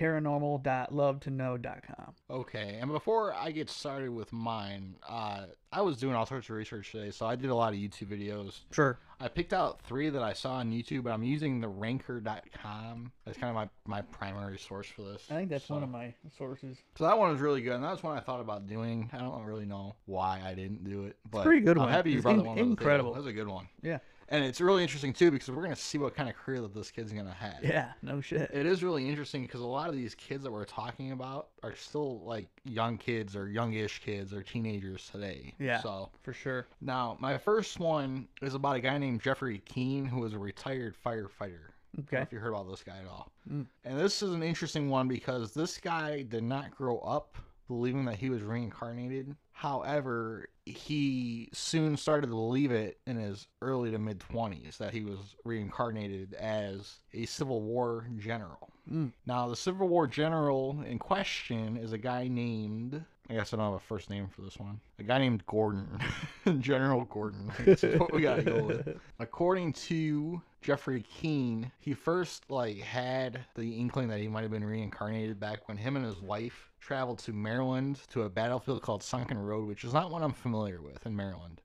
Speaker 1: paranormal.lovetoknow.com.
Speaker 2: Okay, and before I get started with mine, uh, I was doing all sorts of research today, so I did a lot of YouTube videos.
Speaker 1: Sure.
Speaker 2: I picked out three that I saw on YouTube, but I'm using the ranker.com. That's kind of my, my primary source for this.
Speaker 1: I think that's
Speaker 2: so.
Speaker 1: one of my sources.
Speaker 2: So that one was really good, and that's one I thought about doing. I don't really know why I didn't do it, but
Speaker 1: pretty good
Speaker 2: I'm
Speaker 1: one.
Speaker 2: happy you
Speaker 1: It's
Speaker 2: brought
Speaker 1: in-
Speaker 2: that one. to the table.
Speaker 1: incredible.
Speaker 2: That's a good one.
Speaker 1: Yeah.
Speaker 2: and it's really interesting too because we're gonna see what kind of career that this kid's gonna have.
Speaker 1: Yeah, [laughs] no shit.
Speaker 2: It is really interesting because a lot of these kids that we're talking about are still like young kids or youngish kids or teenagers today.
Speaker 1: Yeah.
Speaker 2: So
Speaker 1: For sure.
Speaker 2: now my first one is about a guy named Jeffrey Keene who was a retired firefighter. I don't know [laughs]
Speaker 1: Okay.
Speaker 2: If you heard about this guy at all.
Speaker 1: Mm.
Speaker 2: And this is an interesting one because this guy did not grow up believing that he was reincarnated. However, he soon started to believe it in his early to mid 20s that he was reincarnated as a Civil War general.
Speaker 1: Mm.
Speaker 2: Now, the Civil War general in question is a guy named. I guess I don't have a first name for this one. A guy named Gordon. [laughs] General Gordon. This is what we gotta go with according to Jeffrey Keane, he first like had the inkling that he might have been reincarnated back when him and his wife traveled to Maryland to a battlefield called Sunken Road, which is not one I'm familiar with in Maryland.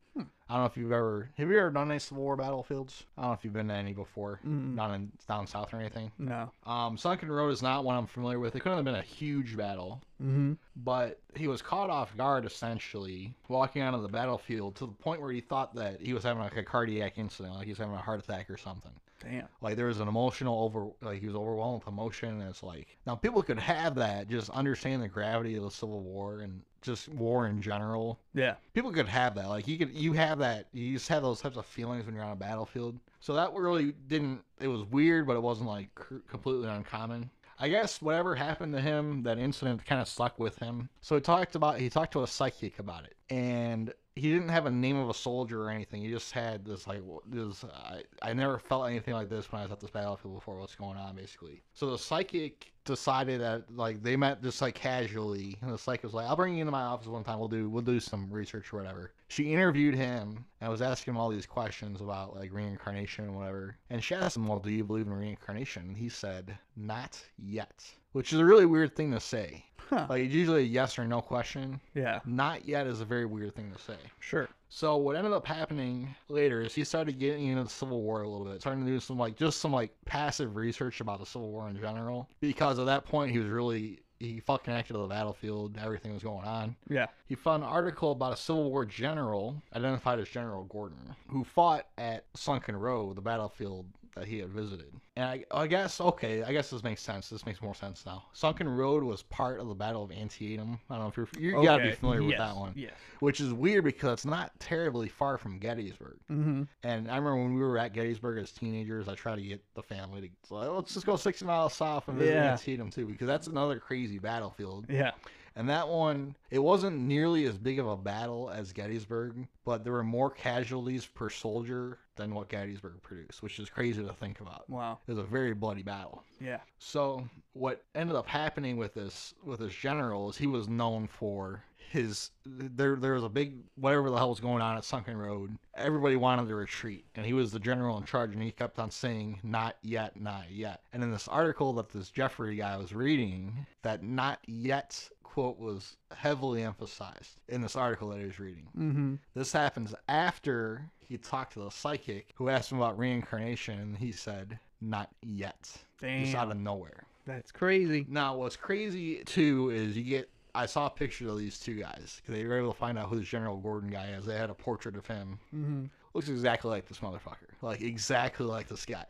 Speaker 2: I don't know if you've ever have you ever done any Civil War battlefields? I don't know if you've been to any before,
Speaker 1: Mm.
Speaker 2: not in down south or anything.
Speaker 1: No.
Speaker 2: Um, Sunken Road is not one I'm familiar with. It couldn't have been a huge battle,
Speaker 1: Mm-hmm.
Speaker 2: but he was caught off guard essentially walking onto the battlefield to the point where he thought that he was having like a cardiac incident like he was having a heart attack or something
Speaker 1: Damn.
Speaker 2: like there was an emotional over like he was overwhelmed with emotion and it's like now people could have that just understand the gravity of the civil war and just war in general
Speaker 1: Yeah.
Speaker 2: people could have that like you could you have that you just have those types of feelings when you're on a battlefield so that really didn't it was weird but it wasn't like cr- completely uncommon i guess whatever happened to him that incident kind of stuck with him so he talked about he talked to a psychic about it and he didn't have a name of a soldier or anything he just had this like w- this i, I never felt anything like this when i was at this battlefield before what's going on basically so the psychic decided that like they met just like casually and the psychic was like i'll bring you into my office one time we'll do we'll do some research or whatever she interviewed him and was asking him all these questions about like reincarnation and whatever and she asked him well do you believe in reincarnation and he said not yet which is a really weird thing to say
Speaker 1: Huh.
Speaker 2: like it's usually a yes or no question
Speaker 1: Yeah.
Speaker 2: not yet is a very weird thing to say
Speaker 1: Sure.
Speaker 2: so what ended up happening later is he started getting into the Civil War a little bit, starting to do some like just some like passive research about the Civil War in general. Because at that point he was really he felt connected to the battlefield, everything was going on.
Speaker 1: Yeah.
Speaker 2: He found an article about a Civil War general identified as General Gordon, who fought at Sunken Row, the battlefield that he had visited. And I, I guess, okay, I guess this makes sense. This makes more sense now. Sunken Road was part of the Battle of Antietam. I don't know if you're, you gotta be
Speaker 1: Okay.
Speaker 2: familiar with
Speaker 1: Yes.
Speaker 2: that one
Speaker 1: Yes.
Speaker 2: which is weird because it's not terribly far from Gettysburg.
Speaker 1: Mm-hmm.
Speaker 2: And I remember when we were at Gettysburg as teenagers, I tried to get the family to so, like, let's just go 60 miles south and visit
Speaker 1: Yeah.
Speaker 2: Antietam too, because that's another crazy battlefield.
Speaker 1: Yeah.
Speaker 2: And that one, it wasn't nearly as big of a battle as Gettysburg, but there were more casualties per soldier than what Gettysburg produced, which is crazy to think about.
Speaker 1: Wow.
Speaker 2: It was a very bloody battle.
Speaker 1: Yeah.
Speaker 2: So what ended up happening with this with this general is he was known for his there there was a big whatever the hell was going on at Sunken Road. Everybody wanted to retreat, and he was the general in charge, and he kept on saying "not yet, not yet." And in this article that this Jeffrey guy was reading, that "not yet" quote was heavily emphasized in this article that he was reading.
Speaker 1: Mm-hmm.
Speaker 2: This happens after he talked to the psychic who asked him about reincarnation, and he said, "Not yet." Just out
Speaker 1: Damn.
Speaker 2: of nowhere.
Speaker 1: That's crazy.
Speaker 2: Now, what's crazy too is you get. I saw a picture of these two guys. 'cause They were able to find out who this General Gordon guy is. They had a portrait of him.
Speaker 1: Mm-hmm.
Speaker 2: Looks exactly like this motherfucker. Like exactly like this guy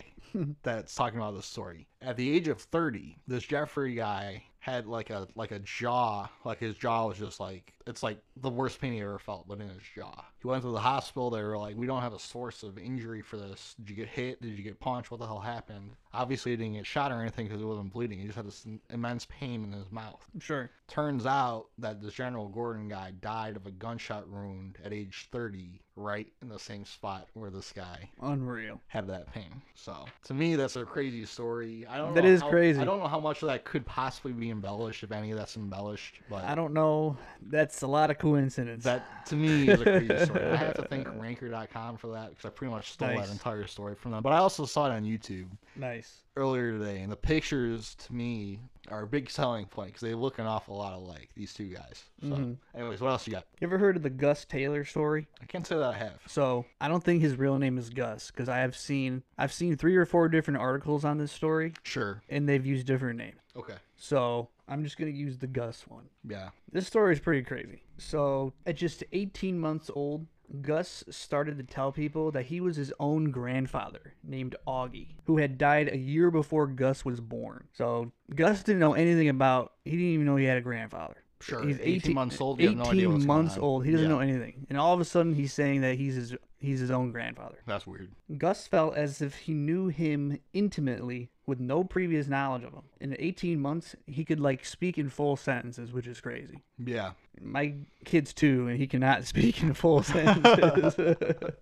Speaker 2: that's talking about this story. At the age of 30, this Jeffrey guy had like a like a jaw, like his jaw was just like it's like the worst pain he ever felt, but in his jaw. He went to the hospital. They were like, "We don't have a source of injury for this. Did you get hit? Did you get punched? What the hell happened?" Obviously, he didn't get shot or anything because he wasn't bleeding. He just had this immense pain in his mouth.
Speaker 1: Sure.
Speaker 2: Turns out that this General Gordon guy died of a gunshot wound at age 30, right in the same spot where this guy
Speaker 1: Unreal.
Speaker 2: had that pain. So to me, that's a crazy story. I don't.
Speaker 1: That
Speaker 2: know
Speaker 1: is
Speaker 2: how-
Speaker 1: crazy.
Speaker 2: I don't know how much of that could possibly be embellished, if any of that's embellished. But
Speaker 1: I don't know. That's a lot of coincidence.
Speaker 2: that
Speaker 1: [laughs]
Speaker 2: to me is a crazy story. I have to thank Ranker.com for that because I pretty much stole
Speaker 1: Nice.
Speaker 2: that entire story from them. But I also saw it on YouTube
Speaker 1: nice.
Speaker 2: earlier today, and the pictures to me are a big selling point because they look an awful lot alike. These two guys. So,
Speaker 1: Mhm.
Speaker 2: anyways, what else you got?
Speaker 1: You ever heard of the Gus Taylor story?
Speaker 2: I can't say that I have.
Speaker 1: So I don't think his real name is Gus because I have seen I've seen three or four different articles on this story
Speaker 2: Sure.
Speaker 1: and they've used different names.
Speaker 2: Okay.
Speaker 1: So I'm just gonna use the Gus one.
Speaker 2: Yeah.
Speaker 1: This story is pretty crazy. So, at just 18 months old, Gus started to tell people that he was his own grandfather named Augie, who had died a year before Gus was born. So, Gus didn't know anything about, he didn't even know he had a grandfather.
Speaker 2: Sure. 18 months old, you have no idea what's going
Speaker 1: months
Speaker 2: on.
Speaker 1: old. He doesn't
Speaker 2: Yeah.
Speaker 1: know anything. And all of a sudden, he's saying that he's his, he's his own grandfather.
Speaker 2: That's weird.
Speaker 1: Gus felt as if he knew him intimately with no previous knowledge of him. In 18 months, he could like speak in full sentences, which is crazy
Speaker 2: Yeah.
Speaker 1: my kid's two, and he cannot [laughs] speak in full
Speaker 2: [laughs]
Speaker 1: sentences.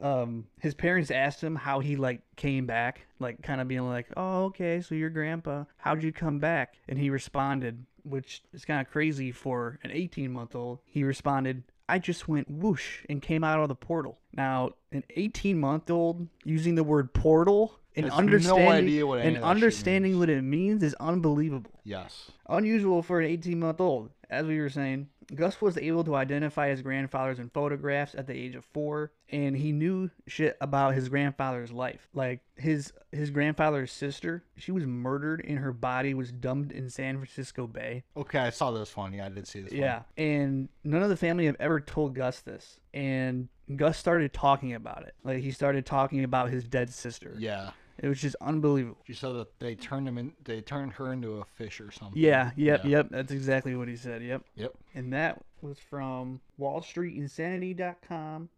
Speaker 1: um, his parents asked him how he like came back, like kind of being like, "Oh, okay, so your grandpa, how'd you come back?" And he responded, which is kind of crazy for an 18 month old. He responded. I just went whoosh and came out of the portal. Now, an 18 month old using the word portal and
Speaker 2: Has no
Speaker 1: understanding
Speaker 2: idea what any
Speaker 1: and
Speaker 2: of that shit
Speaker 1: understanding what it means is unbelievable
Speaker 2: Yes.
Speaker 1: unusual for an 18 month old. As we were saying, Gus was able to identify his grandfathers in photographs at the age of four, and he knew shit about his grandfather's life. Like his his grandfather's sister, she was murdered, and her body was dumped in San Francisco Bay.
Speaker 2: Okay, I saw this one. Yeah, I did see this one.
Speaker 1: Yeah, and none of the family have ever told Gus this, and Gus started talking about it. Like he started talking about his dead sister.
Speaker 2: Yeah.
Speaker 1: It was just unbelievable.
Speaker 2: She said that they turned him in. They turned her into a fish or something.
Speaker 1: Yeah, yep,
Speaker 2: Yeah.
Speaker 1: yep. That's exactly what he said. Yep.
Speaker 2: Yep.
Speaker 1: And that was from wallstreetinsanity.com,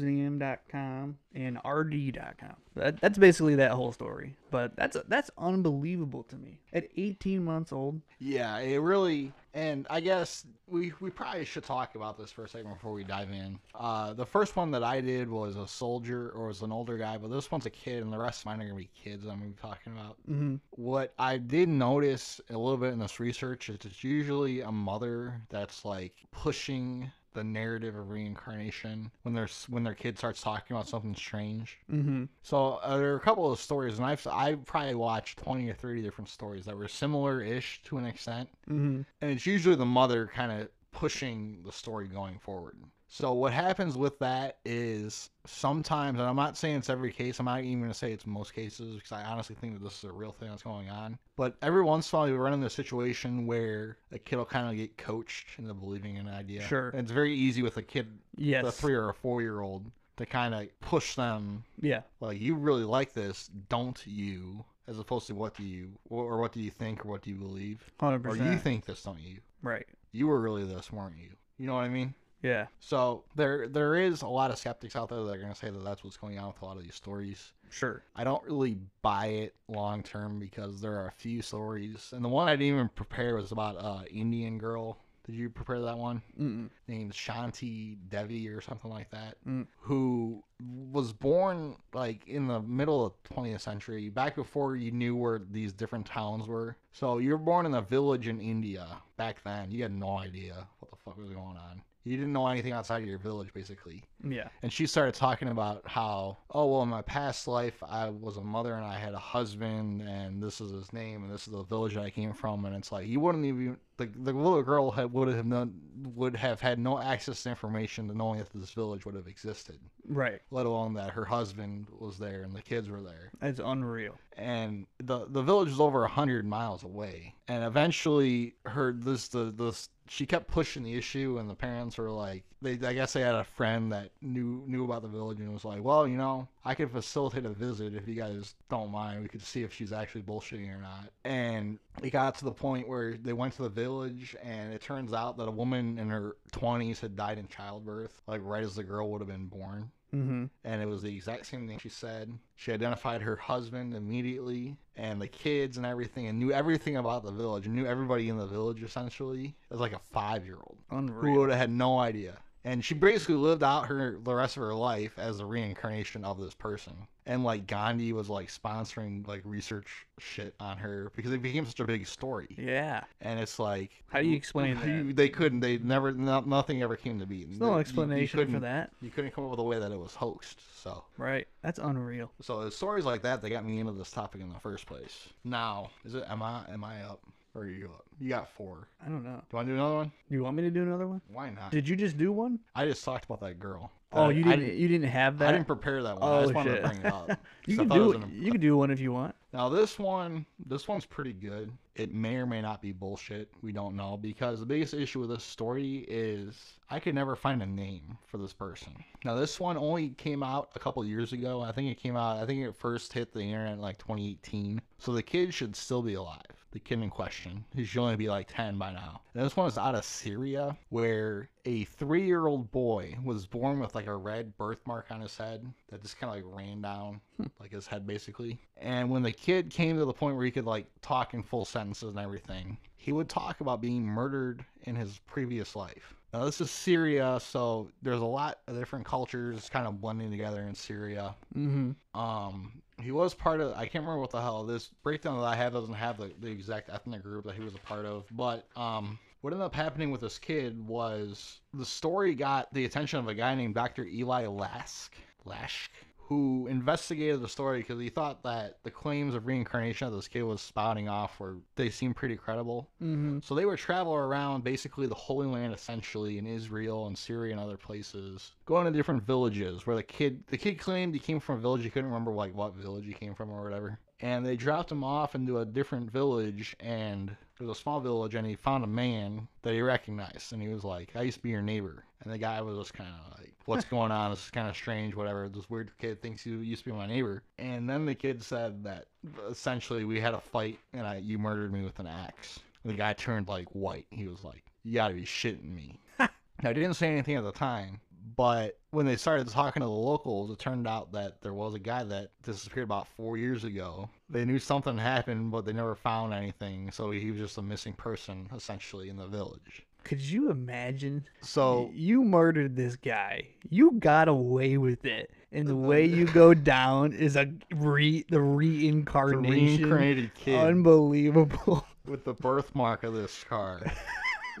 Speaker 1: theoccultmuseum.com, and rd.com. That, that's basically that whole story. But that's that's unbelievable to me. At 18 months old,
Speaker 2: Yeah. It really. And I guess we we probably should talk about this for a second before we dive in. Uh, the first one that I did was a soldier or was an older guy, but this one's a kid, and the rest of mine are gonna be kids. I'm gonna be talking about.
Speaker 1: mm-hmm.
Speaker 2: What I did notice a little bit in this research is it's usually a mother that's like pushing the narrative of reincarnation when their when their kid starts talking about something strange.
Speaker 1: Mm-hmm.
Speaker 2: So uh, there are a couple of stories, and I've I probably watched twenty or thirty different stories that were similar-ish to an extent,
Speaker 1: Mm-hmm.
Speaker 2: and it's usually the mother kind of pushing the story going forward. So what happens with that is sometimes, and I'm not saying it's every case. I'm not even going to say it's most cases because I honestly think that this is a real thing that's going on. But every once in a while, you run into a situation where a kid will kind of get coached into believing in an idea.
Speaker 1: Sure.
Speaker 2: and it's very easy with a kid,
Speaker 1: Yes.
Speaker 2: a three or a four-year-old, to kind of push them
Speaker 1: Yeah.
Speaker 2: well, you really like this, don't you? As opposed to what do you, or what do you think, or what do you believe?
Speaker 1: 100%.
Speaker 2: Or you think this, don't you?
Speaker 1: right.
Speaker 2: You were really this, weren't you? You know what I mean?
Speaker 1: Yeah.
Speaker 2: So there, there is a lot of skeptics out there that are going to say that that's what's going on with a lot of these stories.
Speaker 1: Sure.
Speaker 2: I don't really buy it long term because there are a few stories, and the one I didn't even prepare was about uh, Indian girl. Did you prepare that one?
Speaker 1: Mm-mm.
Speaker 2: named Shanti Devi or something like that,
Speaker 1: Mm.
Speaker 2: who was born like in the middle of 20th century, back before you knew where these different towns were. So you were born in a village in India back then. You had no idea what the fuck was going on. You didn't know anything outside of your village, basically.
Speaker 1: Yeah.
Speaker 2: And she started talking about how, oh, well, in my past life, I was a mother and I had a husband, and this is his name, and this is the village that I came from. And it's like, you wouldn't even, the, the little girl had, would, have known, would have had no access to information to knowing that this village would have existed,
Speaker 1: Right.
Speaker 2: let alone that her husband was there and the kids were there
Speaker 1: That's unreal.
Speaker 2: and the the village is over a hundred miles away. And eventually, her this the this she kept pushing the issue, and the parents were like, they I guess they had a friend that that knew knew about the village and was like, "Well, you know, I could facilitate a visit if you guys don't mind. We could see if she's actually bullshitting or not." And it got to the point where they went to the village, and it turns out that a woman in her 20s had died in childbirth, like right as the girl would have been born
Speaker 1: Mm-hmm.
Speaker 2: and it was the exact same thing she said. She identified her husband immediately and the kids and everything, and knew everything about the village, knew everybody in the village essentially as like a five year old who
Speaker 1: Unreal.
Speaker 2: would have had no idea. And she basically lived out her the rest of her life as a reincarnation of this person. And like Gandhi was like sponsoring like research shit on her because it became such a big story.
Speaker 1: Yeah.
Speaker 2: And it's like
Speaker 1: How do you explain that?
Speaker 2: you- they couldn't. They never. No, nothing ever came to be.
Speaker 1: There's no explanation for that.
Speaker 2: You couldn't come up with a way that it was hoaxed. So
Speaker 1: Right. That's unreal.
Speaker 2: so it's stories like that that got me into this topic in the first place. Now, is it am I am I up or are you up? You got four.
Speaker 1: I don't know.
Speaker 2: Do you want to do another one?
Speaker 1: You want me to do another one?
Speaker 2: Why not?
Speaker 1: Did you just do one?
Speaker 2: I just talked about that girl.
Speaker 1: Oh,
Speaker 2: I-
Speaker 1: you
Speaker 2: Uh, I
Speaker 1: didn't. you didn't have
Speaker 2: I
Speaker 1: that.
Speaker 2: didn't prepare that one. I
Speaker 1: Oh,
Speaker 2: just wanted to
Speaker 1: shit.
Speaker 2: bring it
Speaker 1: [laughs]
Speaker 2: up.
Speaker 1: you
Speaker 2: 'cause I
Speaker 1: can
Speaker 2: thought it
Speaker 1: do
Speaker 2: was
Speaker 1: it.
Speaker 2: an-
Speaker 1: You can do one if you want.
Speaker 2: Now this one, this one's pretty good. It may or may not be bullshit. We don't know because the biggest issue with this story is I could never find a name for this person. Now this one only came out a couple years ago. I think it came out. I think it first hit the internet in like 2018. So the kid should still be alive. The kid in question, he should only be like 10 by now. And this one is out of Syria, where a three-year-old boy was born with like a red birthmark on his head that just kind of like ran down like his head basically. And when the kid came to the point where he could like talk in full sentences and everything, he would talk about being murdered in his previous life. Now this is Syria, so there's a lot of different cultures kind of blending together in Syria.
Speaker 1: Mm-hmm.
Speaker 2: Um, he was part of I can't remember what the hell this breakdown that I have doesn't have the, the exact ethnic group that he was a part of, but um what ended up happening with this kid was the story got the attention of a guy named Dr. Eli Lask Lask who investigated the story because he thought that the claims of reincarnation that this kid was spouting off were they seemed pretty credible.
Speaker 1: Mm-hmm.
Speaker 2: So they would travel around basically the Holy Land, essentially in Israel and Syria and other places, going to different villages where the kid the kid claimed he came from a village he couldn't remember like what village he came from or whatever. And they dropped him off into a different village, and it was a small village, and he found a man that he recognized, and he was like, "I used to be your neighbor." And the guy was just kind of like, "What's going on? This is kind of strange. Whatever. This weird kid thinks you used to be my neighbor." And then the kid said that essentially we had a fight, and I you murdered me with an axe. The guy turned like white. He was like, "You gotta be shitting me." now, I didn't say anything at the time, but when they started talking to the locals, it turned out that there was a guy that disappeared about four years ago. They knew something happened, but they never found anything, so he was just a missing person essentially in the village.
Speaker 1: Could you imagine?
Speaker 2: So
Speaker 1: You murdered this guy. You got away with it, and the way you go down is a re the
Speaker 2: the
Speaker 1: reincarnation.
Speaker 2: reincarnated kid
Speaker 1: Unbelievable. [laughs]
Speaker 2: with the birthmark of this car.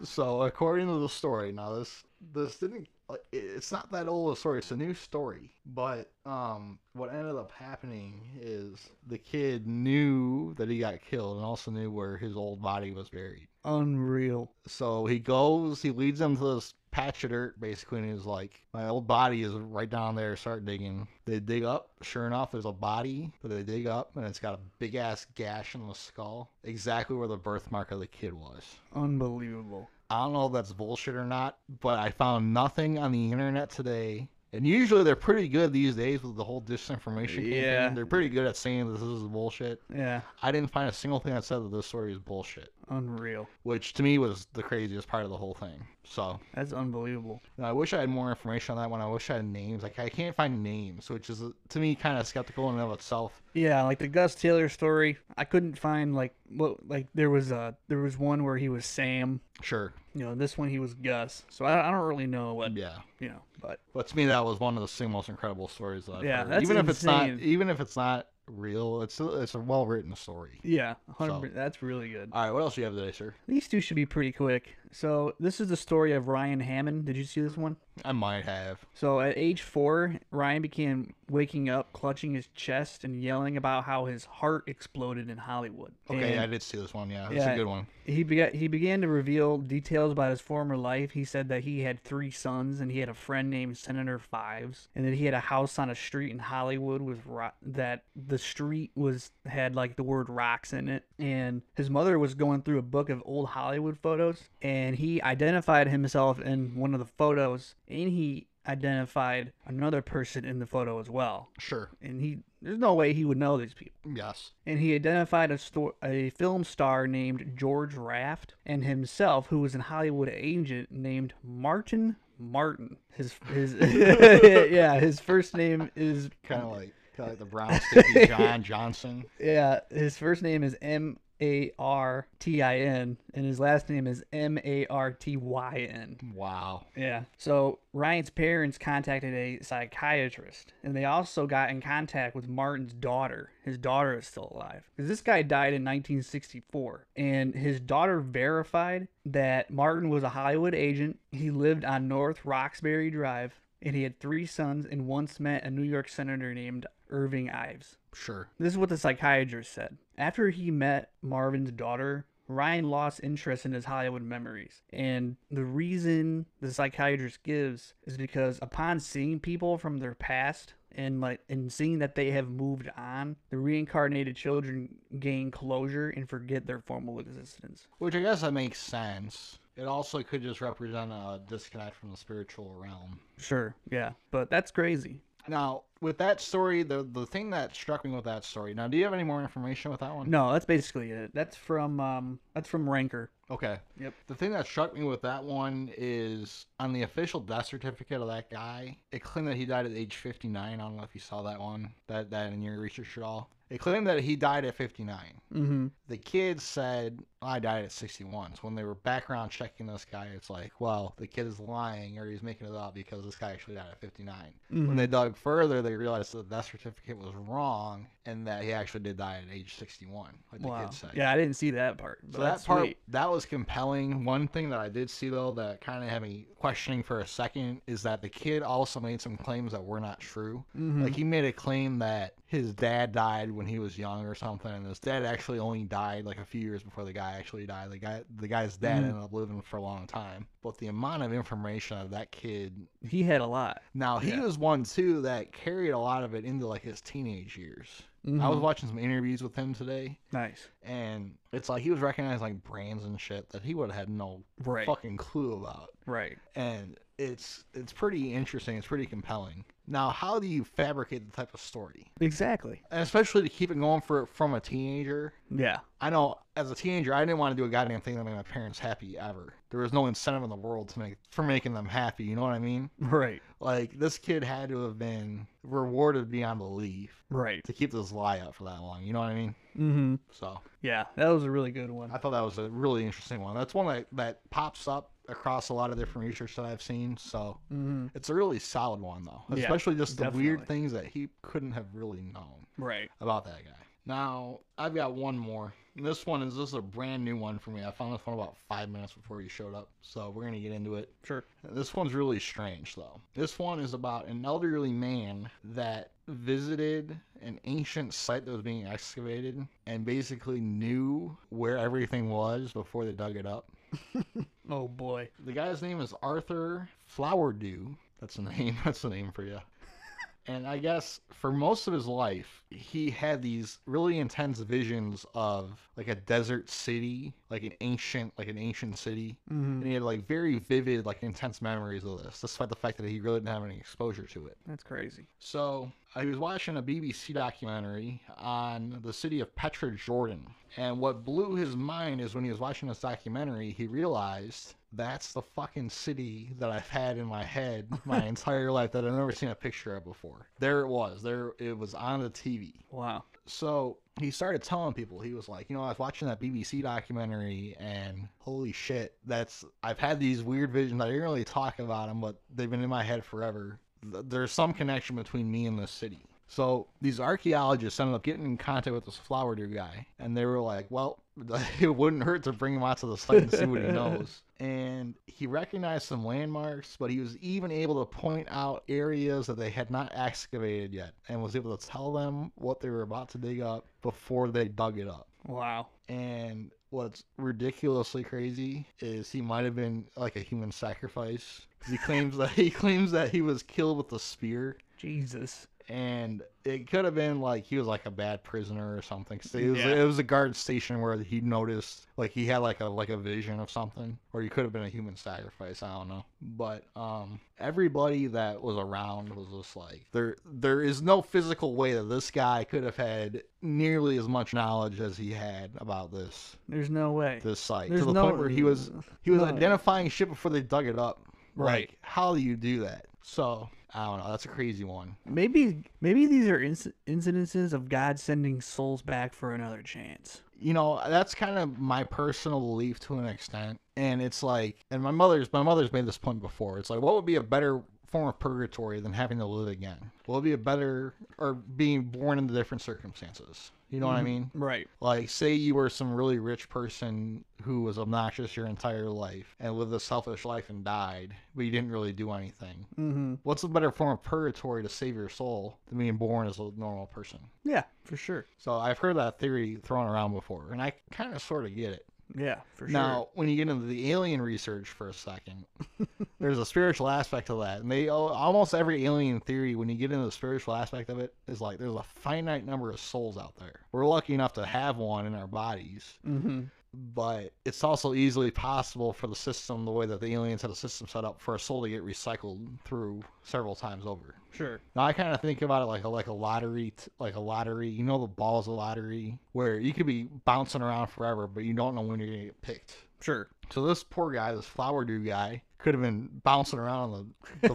Speaker 2: so according to the story, now this this didn't like, it- it's not that old a story. It's a new story, but um, what ended up happening is the kid knew that he got killed and also knew where his old body was buried.
Speaker 1: Unreal.
Speaker 2: So he goes, he leads them to this patch of dirt basically, and he's like, My old body is right down there. Start digging. They dig up. Sure enough, there's a body that they dig up, and it's got a big ass gash in the skull, exactly where the birthmark of the kid was.
Speaker 1: Unbelievable.
Speaker 2: I don't know if that's bullshit or not, but I found nothing on the internet today. And usually they're pretty good these days with the whole disinformation campaign.
Speaker 1: Yeah.
Speaker 2: They're pretty good at saying this is bullshit.
Speaker 1: Yeah.
Speaker 2: I didn't find a single thing that said that this story is bullshit,
Speaker 1: Unreal.
Speaker 2: which to me was the craziest part of the whole thing. So
Speaker 1: That's unbelievable.
Speaker 2: now, I wish I had more information on that one. I wish I had names. Like I can't find names, which is uh, to me kind of skeptical in and of itself.
Speaker 1: Yeah, like the Gus Taylor story, I couldn't find like what like there was a there was one where he was Sam.
Speaker 2: Sure.
Speaker 1: You know, this one he was Gus. So I, I don't really know what
Speaker 2: Yeah.
Speaker 1: you know, but
Speaker 2: But to me, that was one of the single most incredible stories that I've
Speaker 1: Yeah,
Speaker 2: heard.
Speaker 1: that's
Speaker 2: even if it's not
Speaker 1: insane.
Speaker 2: even if it's not real, it's a, it's a well written story.
Speaker 1: yeah, 100
Speaker 2: So-
Speaker 1: that's really good.
Speaker 2: All right, what else do you have today, sir?
Speaker 1: These two should be pretty quick. So this is the story of Ryan Hammond. Did you see this one?
Speaker 2: I might have.
Speaker 1: So at age four, Ryan began waking up, clutching his chest and yelling about how his heart exploded in Hollywood.
Speaker 2: Okay,
Speaker 1: And-
Speaker 2: I did see this one. Yeah, that's
Speaker 1: Yeah.
Speaker 2: a good one.
Speaker 1: He began, he began to reveal details about his former life. He said that he had three sons and he had a friend named Senator Fives, and that he had a house on a street in Hollywood with ro- that the street was had like the word rocks in it. And his mother was going through a book of old Hollywood photos, and he identified himself in one of the photos, and he identified another person in the photo as well.
Speaker 2: Sure.
Speaker 1: And he, there's no way he would know these people.
Speaker 2: Yes.
Speaker 1: And he identified a, sto- a film star named George Raft and himself, who was an Hollywood agent named Martin Martin. His, his, [laughs] yeah, his first name is
Speaker 2: Kind of like kind of
Speaker 1: [laughs]
Speaker 2: like the brown sticky John Johnson.
Speaker 1: Yeah, his first name is M A R T I N, and his last name is M A R T Y N.
Speaker 2: Wow.
Speaker 1: Yeah. So Ryan's parents contacted a psychiatrist, and they also got in contact with Martin's daughter. His daughter is still alive. 'Cause this guy died in 1964, and his daughter verified that Martin was a Hollywood agent. He lived on North Roxbury Drive, and he had three sons and once met a New York senator named Irving Ives.
Speaker 2: Sure.
Speaker 1: This is what the psychiatrist said. After he met Marvin's daughter, Ryan lost interest in his Hollywood memories. And the reason the psychiatrist gives is because upon seeing people from their past and like and seeing that they have moved on, the reincarnated children gain closure and forget their formal existence.
Speaker 2: Which I guess that makes sense. It also could just represent a disconnect from the spiritual realm.
Speaker 1: Sure, yeah. But that's crazy.
Speaker 2: Now, with that story, the the thing that struck me with that story. Now, do you have any more information with that one?
Speaker 1: No, that's basically it. That's from um that's from Ranker.
Speaker 2: Okay.
Speaker 1: Yep.
Speaker 2: The thing that struck me with that one is on the official death certificate of that guy, it claimed that he died at age 59. I don't know if you saw that one, that, that in your research at all. It claimed that he died at 59.
Speaker 1: Mm-hmm.
Speaker 2: The kid said, I died at 61. So when they were background checking this guy, it's like, well, the kid is lying or he's making it up because this guy actually died at 59.
Speaker 1: Mm-hmm.
Speaker 2: When they dug further, they realized that the death certificate was wrong and that he actually did die at age 61, like the
Speaker 1: Wow.
Speaker 2: kid said.
Speaker 1: Yeah, I didn't see that part. But
Speaker 2: So that part
Speaker 1: sweet.
Speaker 2: that was compelling. One thing that I did see though that kind of had me questioning for a second is that the kid also made some claims that were not true.
Speaker 1: Mhm.
Speaker 2: Like he made a claim that his dad died when he was young or something, and his dad actually only died like a few years before the guy actually died. The guy, the guy's dad
Speaker 1: Mhm.
Speaker 2: ended up living for a long time. But the amount of information of that kid
Speaker 1: he had a lot.
Speaker 2: now he
Speaker 1: Yeah.
Speaker 2: was one too that carried a lot of it into like his teenage years. I was
Speaker 1: Mhm.
Speaker 2: watching some interviews with him today
Speaker 1: Nice.
Speaker 2: and it's like he was recognizing like brands and shit that he would have had no
Speaker 1: Right.
Speaker 2: fucking clue about
Speaker 1: Right.
Speaker 2: and it's it's pretty interesting it's pretty compelling now how do you fabricate the type of story
Speaker 1: Exactly.
Speaker 2: and especially to keep it going for from a teenager
Speaker 1: Yeah. [laughs]
Speaker 2: i know as a teenager i didn't want to do a goddamn thing that made my parents happy ever there was no incentive in the world to make for making them happy you know what i mean
Speaker 1: Right.
Speaker 2: like this kid had to have been rewarded beyond belief
Speaker 1: Right.
Speaker 2: to keep this lie up for that long you know what i mean
Speaker 1: Mm-hmm.
Speaker 2: so
Speaker 1: Yeah, that was a really good one.
Speaker 2: I thought that was a really interesting one. That's one that, that pops up across a lot of different research that I've seen. So
Speaker 1: Mm-hmm.
Speaker 2: it's a really solid one, though.
Speaker 1: Yeah,
Speaker 2: Especially just the weird
Speaker 1: definitely.
Speaker 2: things that he couldn't have really known
Speaker 1: Right.
Speaker 2: about that guy. Now, I've got one more. And This one is this is a brand new one for me. I found this one about five minutes before you showed up. So we're going to get into it.
Speaker 1: Sure.
Speaker 2: This one's really strange, though. This one is about an elderly man that visited an ancient site that was being excavated and basically knew where everything was before they dug it up.
Speaker 1: Oh boy.
Speaker 2: The guy's name is Arthur Flowerdew. That's the [laughs] name. That's the name for you. And I guess for most of his life, he had these really intense visions of like a desert city, like an ancient, like an ancient city,
Speaker 1: Mm-hmm.
Speaker 2: and he had like very vivid, like intense memories of this, despite the fact that he really didn't have any exposure to it.
Speaker 1: That's crazy.
Speaker 2: So I was watching a BBC documentary on the city of Petra, Jordan, and what blew his mind is when he was watching this documentary, he realized that's the fucking city that I've had in my head my entire life that I've never seen a picture of before. There it was. There it was on the TV.
Speaker 1: Wow.
Speaker 2: So he started telling people, he was like, you know, I was watching that BBC documentary and holy shit, that's, I've had these weird visions. I didn't really talk about them, but they've been in my head forever. Th- There's some connection between me and this city. So these archaeologists ended up getting in contact with this flower dew guy, and they were like, well, [laughs] it wouldn't hurt to bring him out to the site and see what he knows. And he recognized some landmarks, but he was even able to point out areas that they had not excavated yet and was able to tell them what they were about to dig up before they dug it up.
Speaker 1: Wow.
Speaker 2: And what's ridiculously crazy is he might have been like a human sacrifice. He claims that he claims that he was killed with a spear
Speaker 1: Jesus.
Speaker 2: and it could have been like he was like a bad prisoner or something. 'cause it was,
Speaker 3: Yeah.
Speaker 2: it was a guard station where he noticed like he had like a like a vision of something, or he could have been a human sacrifice. I don't know, but um, everybody that was around was just like there. There is no physical way that this guy could have had nearly as much knowledge as he had about this
Speaker 1: There's no way.
Speaker 2: this site
Speaker 1: There's
Speaker 2: to the
Speaker 1: no
Speaker 2: point where he was he was
Speaker 1: no.
Speaker 2: identifying shit before they dug it up.
Speaker 3: Right.
Speaker 2: Like, how do you do that? So I don't know. That's a crazy one.
Speaker 1: Maybe maybe these are inc- incidences of God sending souls back for another chance.
Speaker 2: you know that's kind of my personal belief to an extent and it's like and my mother's my mother's made this point before it's like what would be a better form of purgatory than having to live again what would be a better or being born into different circumstances you know what i mean
Speaker 1: Right.
Speaker 2: like say you were some really rich person who was obnoxious your entire life and lived a selfish life and died but you didn't really do anything
Speaker 1: Mm-hmm.
Speaker 2: what's a better form of purgatory to save your soul than being born as a normal person
Speaker 1: Yeah, for sure.
Speaker 2: so i've heard that theory thrown around before and i kind of sort of get it
Speaker 1: Yeah, for sure.
Speaker 2: now, when you get into the alien research for a second, [laughs] there's a spiritual aspect to that, and they al- almost every alien theory, when you get into the spiritual aspect of it, is like there's a finite number of souls out there. We're lucky enough to have one in our bodies,
Speaker 1: Mm-hmm.
Speaker 2: but it's also easily possible for the system, the way that the aliens have the system set up, for a soul to get recycled through several times over.
Speaker 1: Sure.
Speaker 2: Now I kind of think about it like a like a lottery, t- like a lottery. You know the balls of lottery, where you could be bouncing around forever, but you don't know when you're gonna get picked.
Speaker 1: Sure.
Speaker 2: So this poor guy, this flower dude guy, could have been bouncing around on the, the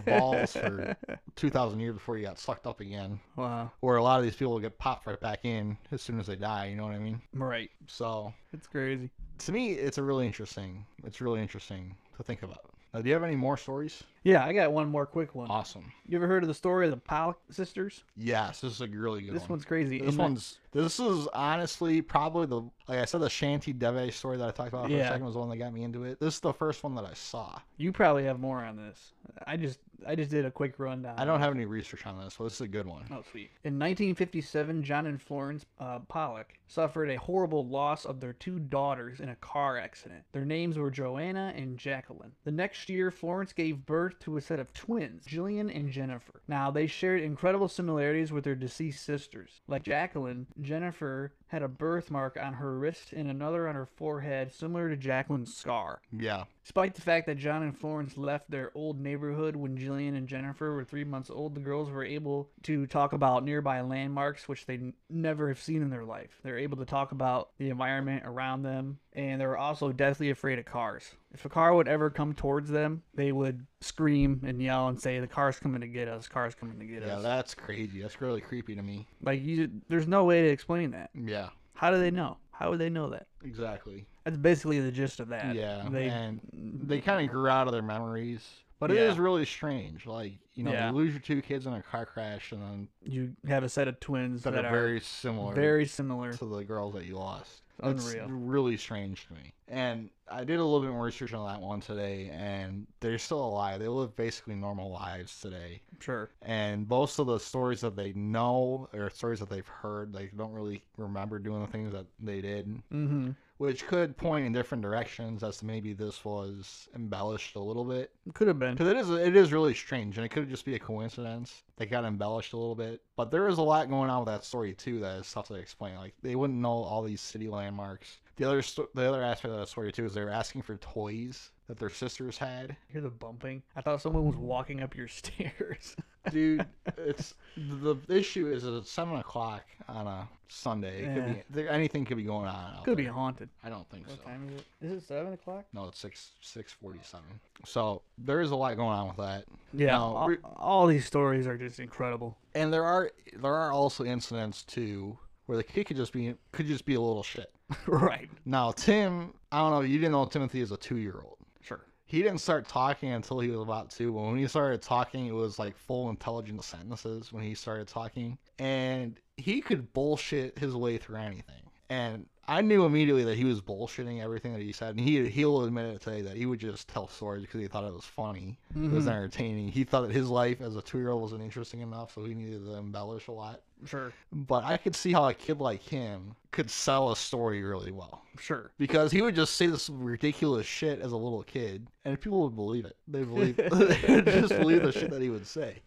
Speaker 1: [laughs]
Speaker 2: balls for 2,000 years before he got sucked up again.
Speaker 1: Wow.
Speaker 2: Or a lot of these people get popped right back in as soon as they die. You know what I mean?
Speaker 1: Right.
Speaker 2: So
Speaker 1: It's crazy.
Speaker 2: to me, it's a really interesting. It's really interesting to think about. Now, do you have any more stories?
Speaker 1: Yeah, I got one more quick one.
Speaker 2: Awesome.
Speaker 1: You ever heard of the story of the Pollock sisters?
Speaker 2: Yes, this is a really good
Speaker 1: This
Speaker 2: one.
Speaker 1: one's crazy.
Speaker 2: This
Speaker 1: In the-
Speaker 2: one's this is honestly probably the like I said the Shanty Deve story that I talked about for
Speaker 1: Yeah.
Speaker 2: a second was the one that got me into it. This is the first one that I saw.
Speaker 1: You probably have more on this. I just I just did a quick rundown.
Speaker 2: I don't have any research on this, so this is a good one.
Speaker 1: Oh, sweet. In 1957, John and Florence uh, Pollock suffered a horrible loss of their two daughters in a car accident. Their names were Joanna and Jacqueline. The next year, Florence gave birth to a set of twins, Jillian and Jennifer. Now, they shared incredible similarities with their deceased sisters. Like Jacqueline, Jennifer had a birthmark on her wrist and another on her forehead, similar to Jacqueline's scar.
Speaker 2: Yeah.
Speaker 1: Despite the fact that John and Florence left their old neighborhood when Jillian and Jennifer were three months old, the girls were able to talk about nearby landmarks which they n- never have seen in their life. They're able to talk about the environment around them, and they were also deathly afraid of cars. If a car would ever come towards them, they would scream and yell and say, "The car's coming to get us! Car's coming to get
Speaker 2: Yeah,
Speaker 1: us!"
Speaker 2: that's crazy. That's really creepy to me.
Speaker 1: like you, there's no way to explain that.
Speaker 2: Yeah,
Speaker 1: How do they know? How would they know that?
Speaker 2: exactly.
Speaker 1: That's basically the gist of that.
Speaker 2: yeah,
Speaker 1: They,
Speaker 2: and they kind of grew out of their memories. But it
Speaker 1: Yeah.
Speaker 2: is really strange. Like, you know,
Speaker 1: Yeah.
Speaker 2: you lose your two kids in a car crash and then
Speaker 1: you have a set of twins
Speaker 2: that,
Speaker 1: that
Speaker 2: are very similar
Speaker 1: Very similar.
Speaker 2: to the girls that you lost.
Speaker 1: It's
Speaker 2: It's
Speaker 1: unreal.
Speaker 2: really strange to me. And I did a little bit more research on that one today, and they're still alive. They live basically normal lives today.
Speaker 1: Sure.
Speaker 2: and most of the stories that they know or stories that they've heard they don't really remember doing the things that they did
Speaker 1: Mm-hmm.
Speaker 2: which could point in different directions as to maybe this was embellished a little bit
Speaker 1: Could have been.
Speaker 2: because it is it is really strange and it could just be a coincidence they got embellished a little bit but there is a lot going on with that story too that is tough to explain like they wouldn't know all these city landmarks the other sto- the other aspect of that story too is they were asking for toys that their sisters had
Speaker 1: Hear the bumping. I thought someone was walking up your [laughs] stairs.
Speaker 2: dude
Speaker 1: [laughs]
Speaker 2: it's the issue is it's seven o'clock on a sunday it could
Speaker 1: Yeah.
Speaker 2: be there, anything could be going on out
Speaker 1: Eh. Could be
Speaker 2: there.
Speaker 1: haunted.
Speaker 2: i don't think so
Speaker 1: What time is it? Is it seven o'clock?
Speaker 2: no it's 6 647 so there is a lot going on with that
Speaker 1: Yeah.
Speaker 2: No,
Speaker 1: all,
Speaker 2: re-
Speaker 1: all these stories are just incredible. [laughs]
Speaker 2: and there are there are also incidents too where the kid could just be could just be a little shit
Speaker 1: right.
Speaker 2: now tim i don't know you didn't know timothy is a two-year-old
Speaker 1: Sure.
Speaker 2: he didn't start talking until he was about two. But when he started talking, it was like full intelligent sentences when he started talking. And he could bullshit his way through anything. And I knew immediately that he was bullshitting everything that he said. And he, he'll admit it today that he would just tell stories because he thought it was funny. It was
Speaker 1: Mhm.
Speaker 2: entertaining. He thought that his life as a two year old wasn't interesting enough, so he needed to embellish a lot.
Speaker 1: Sure.
Speaker 2: But I could see how a kid like him could sell a story really well
Speaker 1: Sure.
Speaker 2: because he would just say this ridiculous shit as a [laughs] little kid, and people would believe it. They believe they would just believe the shit that he would say.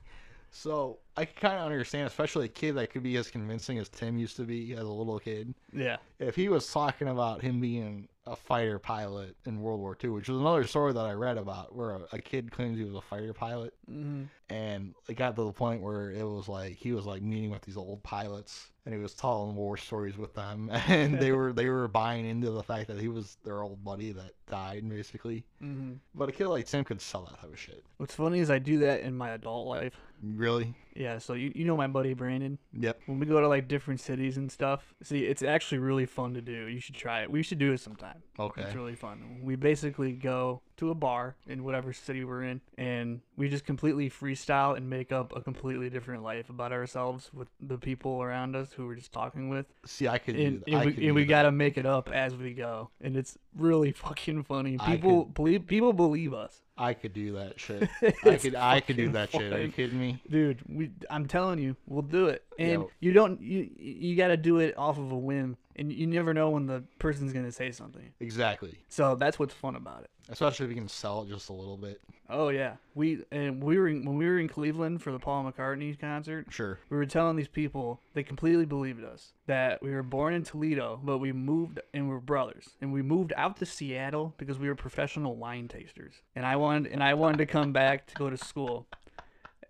Speaker 2: So I can kind of understand, especially a kid that could be as convincing as Tim used to be as a little kid.
Speaker 1: Yeah.
Speaker 2: If he was talking about him being a fighter pilot in World War II, which was another story that I read about, where a, a kid claims he was a fighter pilot,
Speaker 1: hmm
Speaker 2: and it got to the point where it was like he was like meeting with these old pilots, and he was telling war stories with them, [laughs] and they were they were buying into the fact that he was their old buddy that died, basically.
Speaker 1: hmm
Speaker 2: But a kid like Tim could sell that type of shit.
Speaker 1: What's funny is I do that in my adult life.
Speaker 2: Really?
Speaker 1: Yeah, so you, you know my buddy Brandon.
Speaker 2: Yep.
Speaker 1: When we go to like different cities and stuff, see, it's actually really fun to do. You should try it. We should do it sometime.
Speaker 2: Okay.
Speaker 1: It's really fun. We basically go to a bar in whatever city we're in, and we just completely freestyle and make up a completely different life about ourselves with the people around us who we're just talking with.
Speaker 2: See, I could.
Speaker 1: And,
Speaker 2: do that.
Speaker 1: and
Speaker 2: I could
Speaker 1: we,
Speaker 2: do
Speaker 1: and we
Speaker 2: that.
Speaker 1: gotta make it up as we go, and it's really [laughs] fucking funny.
Speaker 2: I
Speaker 1: People believe people believe us,
Speaker 2: I could
Speaker 1: [laughs]
Speaker 2: do that shit. I
Speaker 1: It's
Speaker 2: could I could do
Speaker 1: fucking
Speaker 2: that shit. Are you
Speaker 1: fun.
Speaker 2: kidding me?
Speaker 1: dude. We I'm telling you, we'll do it. And
Speaker 2: Yo.
Speaker 1: you don't you you gotta do it off of a whim, and you never know when the person's gonna say something.
Speaker 2: Exactly.
Speaker 1: So that's what's fun about it.
Speaker 2: Especially if you can sell it just a little bit.
Speaker 1: Oh yeah, we and we were in, when we were in Cleveland for the Paul McCartney concert.
Speaker 2: Sure.
Speaker 1: We were telling these people they completely believed us that we were born in Toledo, but we moved and we're brothers, and we moved out to Seattle because we were professional wine tasters. And I wanted and I wanted to come back to go to school,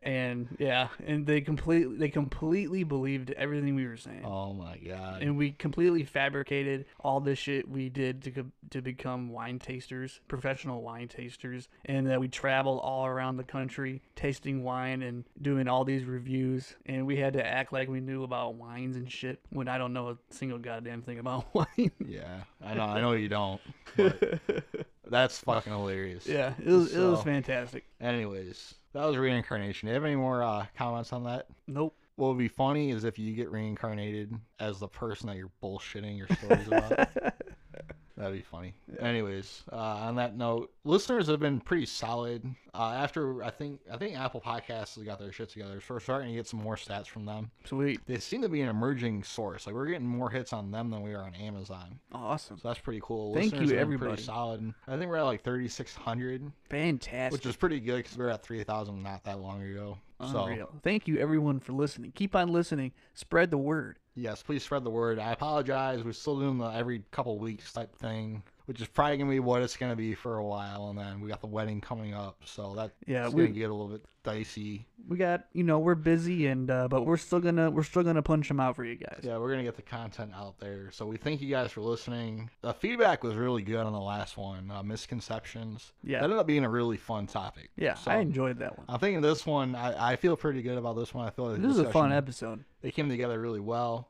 Speaker 1: and yeah, and they completely they completely believed everything we were saying.
Speaker 2: Oh my god.
Speaker 1: And we completely fabricated all this shit we did to co- to become wine tasters, professional wine tasters, and that we traveled all around the country tasting wine and doing all these reviews. And we had to act like we knew about wines and shit when I don't know a single goddamn thing about [laughs] wine.
Speaker 2: yeah. I know I know you don't.
Speaker 1: [laughs]
Speaker 2: But that's fucking hilarious.
Speaker 1: yeah, it was it was
Speaker 2: So-
Speaker 1: fantastic.
Speaker 2: Anyways, that was reincarnation. Do you have any more uh, comments on that?
Speaker 1: Nope.
Speaker 2: What would be funny is if you get reincarnated as the person that you're bullshitting your stories about.
Speaker 1: [laughs]
Speaker 2: That'd be funny. Anyways, uh, on that note, listeners have been pretty solid. Uh, after I think I think Apple Podcasts has got their shit together, so we're starting to get some more stats from them.
Speaker 1: Sweet.
Speaker 2: They seem to be an emerging source. Like we're getting more hits on them than we are on Amazon,
Speaker 1: Awesome.
Speaker 2: so that's pretty cool.
Speaker 1: Thank
Speaker 2: Listeners
Speaker 1: you,
Speaker 2: have been
Speaker 1: everybody.
Speaker 2: Pretty solid. I think we're at like 3,600,
Speaker 1: Fantastic.
Speaker 2: which is pretty good because we were at 3,000 not that long ago. So
Speaker 1: Unreal. Thank you everyone for listening. Keep on listening. Spread the word.
Speaker 2: Yes, please spread the word. I apologize. We're still doing the every couple weeks type thing, which is probably gonna be what it's gonna be for a while, and then we got the wedding coming up, so that's
Speaker 1: Yeah,
Speaker 2: it's
Speaker 1: we-
Speaker 2: gonna get a little bit dicey.
Speaker 1: we got you know we're busy and uh, but we're still gonna we're still gonna punch them out for you guys
Speaker 2: Yeah, we're gonna get the content out there. So we thank you guys for listening. The feedback was really good on the last one, uh, misconceptions.
Speaker 1: Yeah.
Speaker 2: that ended up being a really fun topic.
Speaker 1: yeah
Speaker 2: so
Speaker 1: i enjoyed that one
Speaker 2: I'm thinking this one. I, I feel pretty good about this one. I feel like the
Speaker 1: this is a fun
Speaker 2: discussion-
Speaker 1: episode
Speaker 2: they came together really well.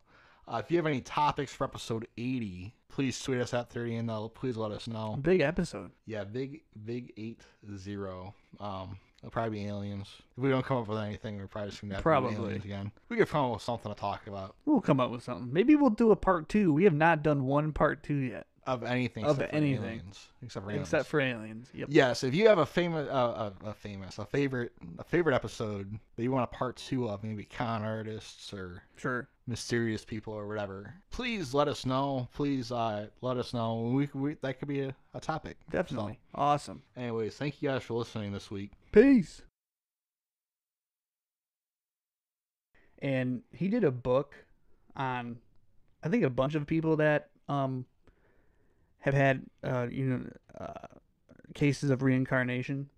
Speaker 2: Uh, if you have any topics for episode 80, please tweet us at 30 and they'll please let us know.
Speaker 1: big episode
Speaker 2: Yeah, big big eight zero. Um, it'll probably be aliens. If we don't come up with anything, we're probably just gonna have to do
Speaker 1: Probably.
Speaker 2: aliens again. We could come up with something to talk about
Speaker 1: we'll come up with something maybe we'll do a part two we have not done one part two yet
Speaker 2: of anything.
Speaker 1: Of
Speaker 2: except for
Speaker 1: anything.
Speaker 2: aliens, except for aliens.
Speaker 1: except for aliens yep
Speaker 2: Yes, if you have a famous, uh, a, a famous, a favorite, a favorite episode that you want a part two of, maybe con artists or
Speaker 1: sure
Speaker 2: mysterious people or whatever, please let us know. Please uh, let us know. We, we that could be a, a topic.
Speaker 1: definitely awesome
Speaker 2: So, anyways, thank you guys for listening this week.
Speaker 1: peace and he did a book on i think a bunch of people that um have had uh you know uh cases of reincarnation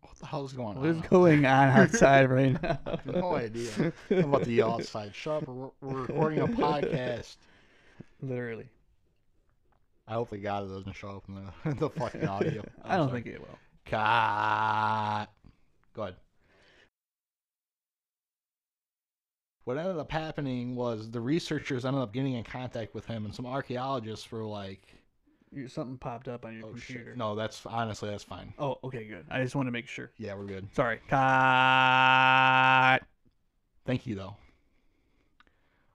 Speaker 2: What the hell's going
Speaker 1: What
Speaker 2: on?
Speaker 1: is going on outside
Speaker 2: [laughs]
Speaker 1: right now?
Speaker 2: have Oh, no idea. [laughs] I'm about to yell outside. Shut up. We're, we're recording a podcast.
Speaker 1: [laughs] Literally.
Speaker 2: I hope the guy that doesn't show up in the, [laughs] the fucking
Speaker 1: [laughs]
Speaker 2: audio.
Speaker 1: I don't think it will.
Speaker 2: Cut. Go ahead. What ended up happening was the researchers ended up getting in contact with him, and some archaeologists were like,
Speaker 1: You- Something popped up on your
Speaker 2: Oh
Speaker 1: computer.
Speaker 2: shit! No, that's honestly that's fine.
Speaker 1: Oh, okay, good. I just want to make sure.
Speaker 2: Yeah, we're good.
Speaker 1: Sorry. Cut.
Speaker 2: Thank you though.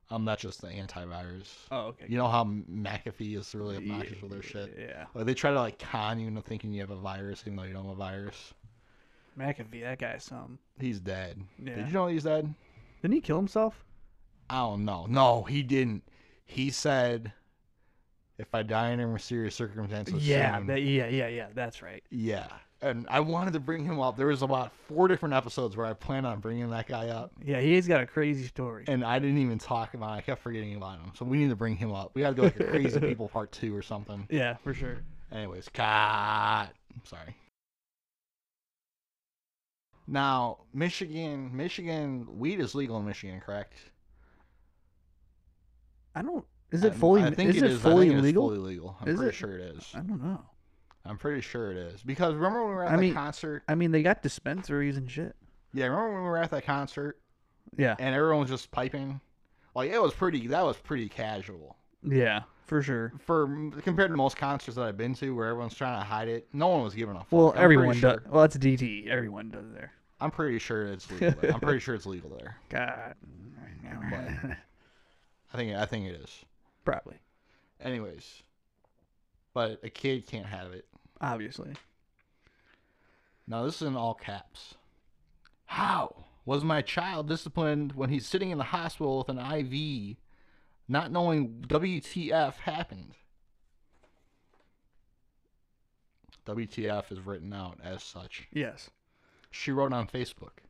Speaker 2: Um, that's just the antivirus.
Speaker 1: Oh, okay.
Speaker 2: You know how McAfee is really
Speaker 1: Yeah,
Speaker 2: obnoxious with their shit.
Speaker 1: Yeah.
Speaker 2: Like they try to like con you into thinking you have a virus, even though you don't have a virus.
Speaker 1: McAfee, that guy's some.
Speaker 2: He's dead.
Speaker 1: Yeah.
Speaker 2: Did you know he's dead?
Speaker 1: Didn't he kill himself?
Speaker 2: I don't know. No, he didn't. He said, "If I die under mysterious circumstances,
Speaker 1: yeah.
Speaker 2: soon."
Speaker 1: That, yeah, yeah, yeah. That's right.
Speaker 2: yeah." and I wanted to bring him up. There was about four different episodes where I planned on bringing that guy up,
Speaker 1: Yeah, he's got a crazy story.
Speaker 2: and I didn't even talk about. It. I kept forgetting about him. So we need to bring him up. We got to do like a
Speaker 1: [laughs]
Speaker 2: crazy people part two or something.
Speaker 1: Yeah, for sure.
Speaker 2: Anyways, cut. Sorry. Now, Michigan, Michigan, weed is legal in Michigan, correct?
Speaker 1: I don't. Is it
Speaker 2: I-
Speaker 1: fully?
Speaker 2: I think
Speaker 1: is
Speaker 2: it
Speaker 1: it,
Speaker 2: is. I think
Speaker 1: fully
Speaker 2: it is
Speaker 1: legal?
Speaker 2: fully legal. I'm
Speaker 1: Is
Speaker 2: pretty
Speaker 1: it?
Speaker 2: sure it is.
Speaker 1: I don't know.
Speaker 2: I'm pretty sure it is because remember when we were at
Speaker 1: I
Speaker 2: that
Speaker 1: mean-
Speaker 2: concert?
Speaker 1: I mean, they got dispensaries and shit.
Speaker 2: Yeah, remember when we were at that concert
Speaker 1: Yeah,
Speaker 2: and everyone was just piping? Like it was pretty. That was pretty casual
Speaker 1: yeah, for sure.
Speaker 2: for compared to most concerts that I've been to, where everyone's trying to hide it. No one was giving a fuck.
Speaker 1: Well,
Speaker 2: I'm pretty
Speaker 1: everyone
Speaker 2: sure-
Speaker 1: does. Well, that's DT. Everyone does there.
Speaker 2: I'm pretty sure it's legal. There. I'm pretty sure it's legal there.
Speaker 1: God,
Speaker 2: I think. I think it is.
Speaker 1: [laughs] probably,
Speaker 2: Anyways, but a kid can't have it.
Speaker 1: obviously.
Speaker 2: Now, this is in all caps. How was my child disciplined when he's sitting in the hospital with an IV, not knowing WTF happened? WTF is written out as such.
Speaker 1: Yes.
Speaker 2: She wrote on Facebook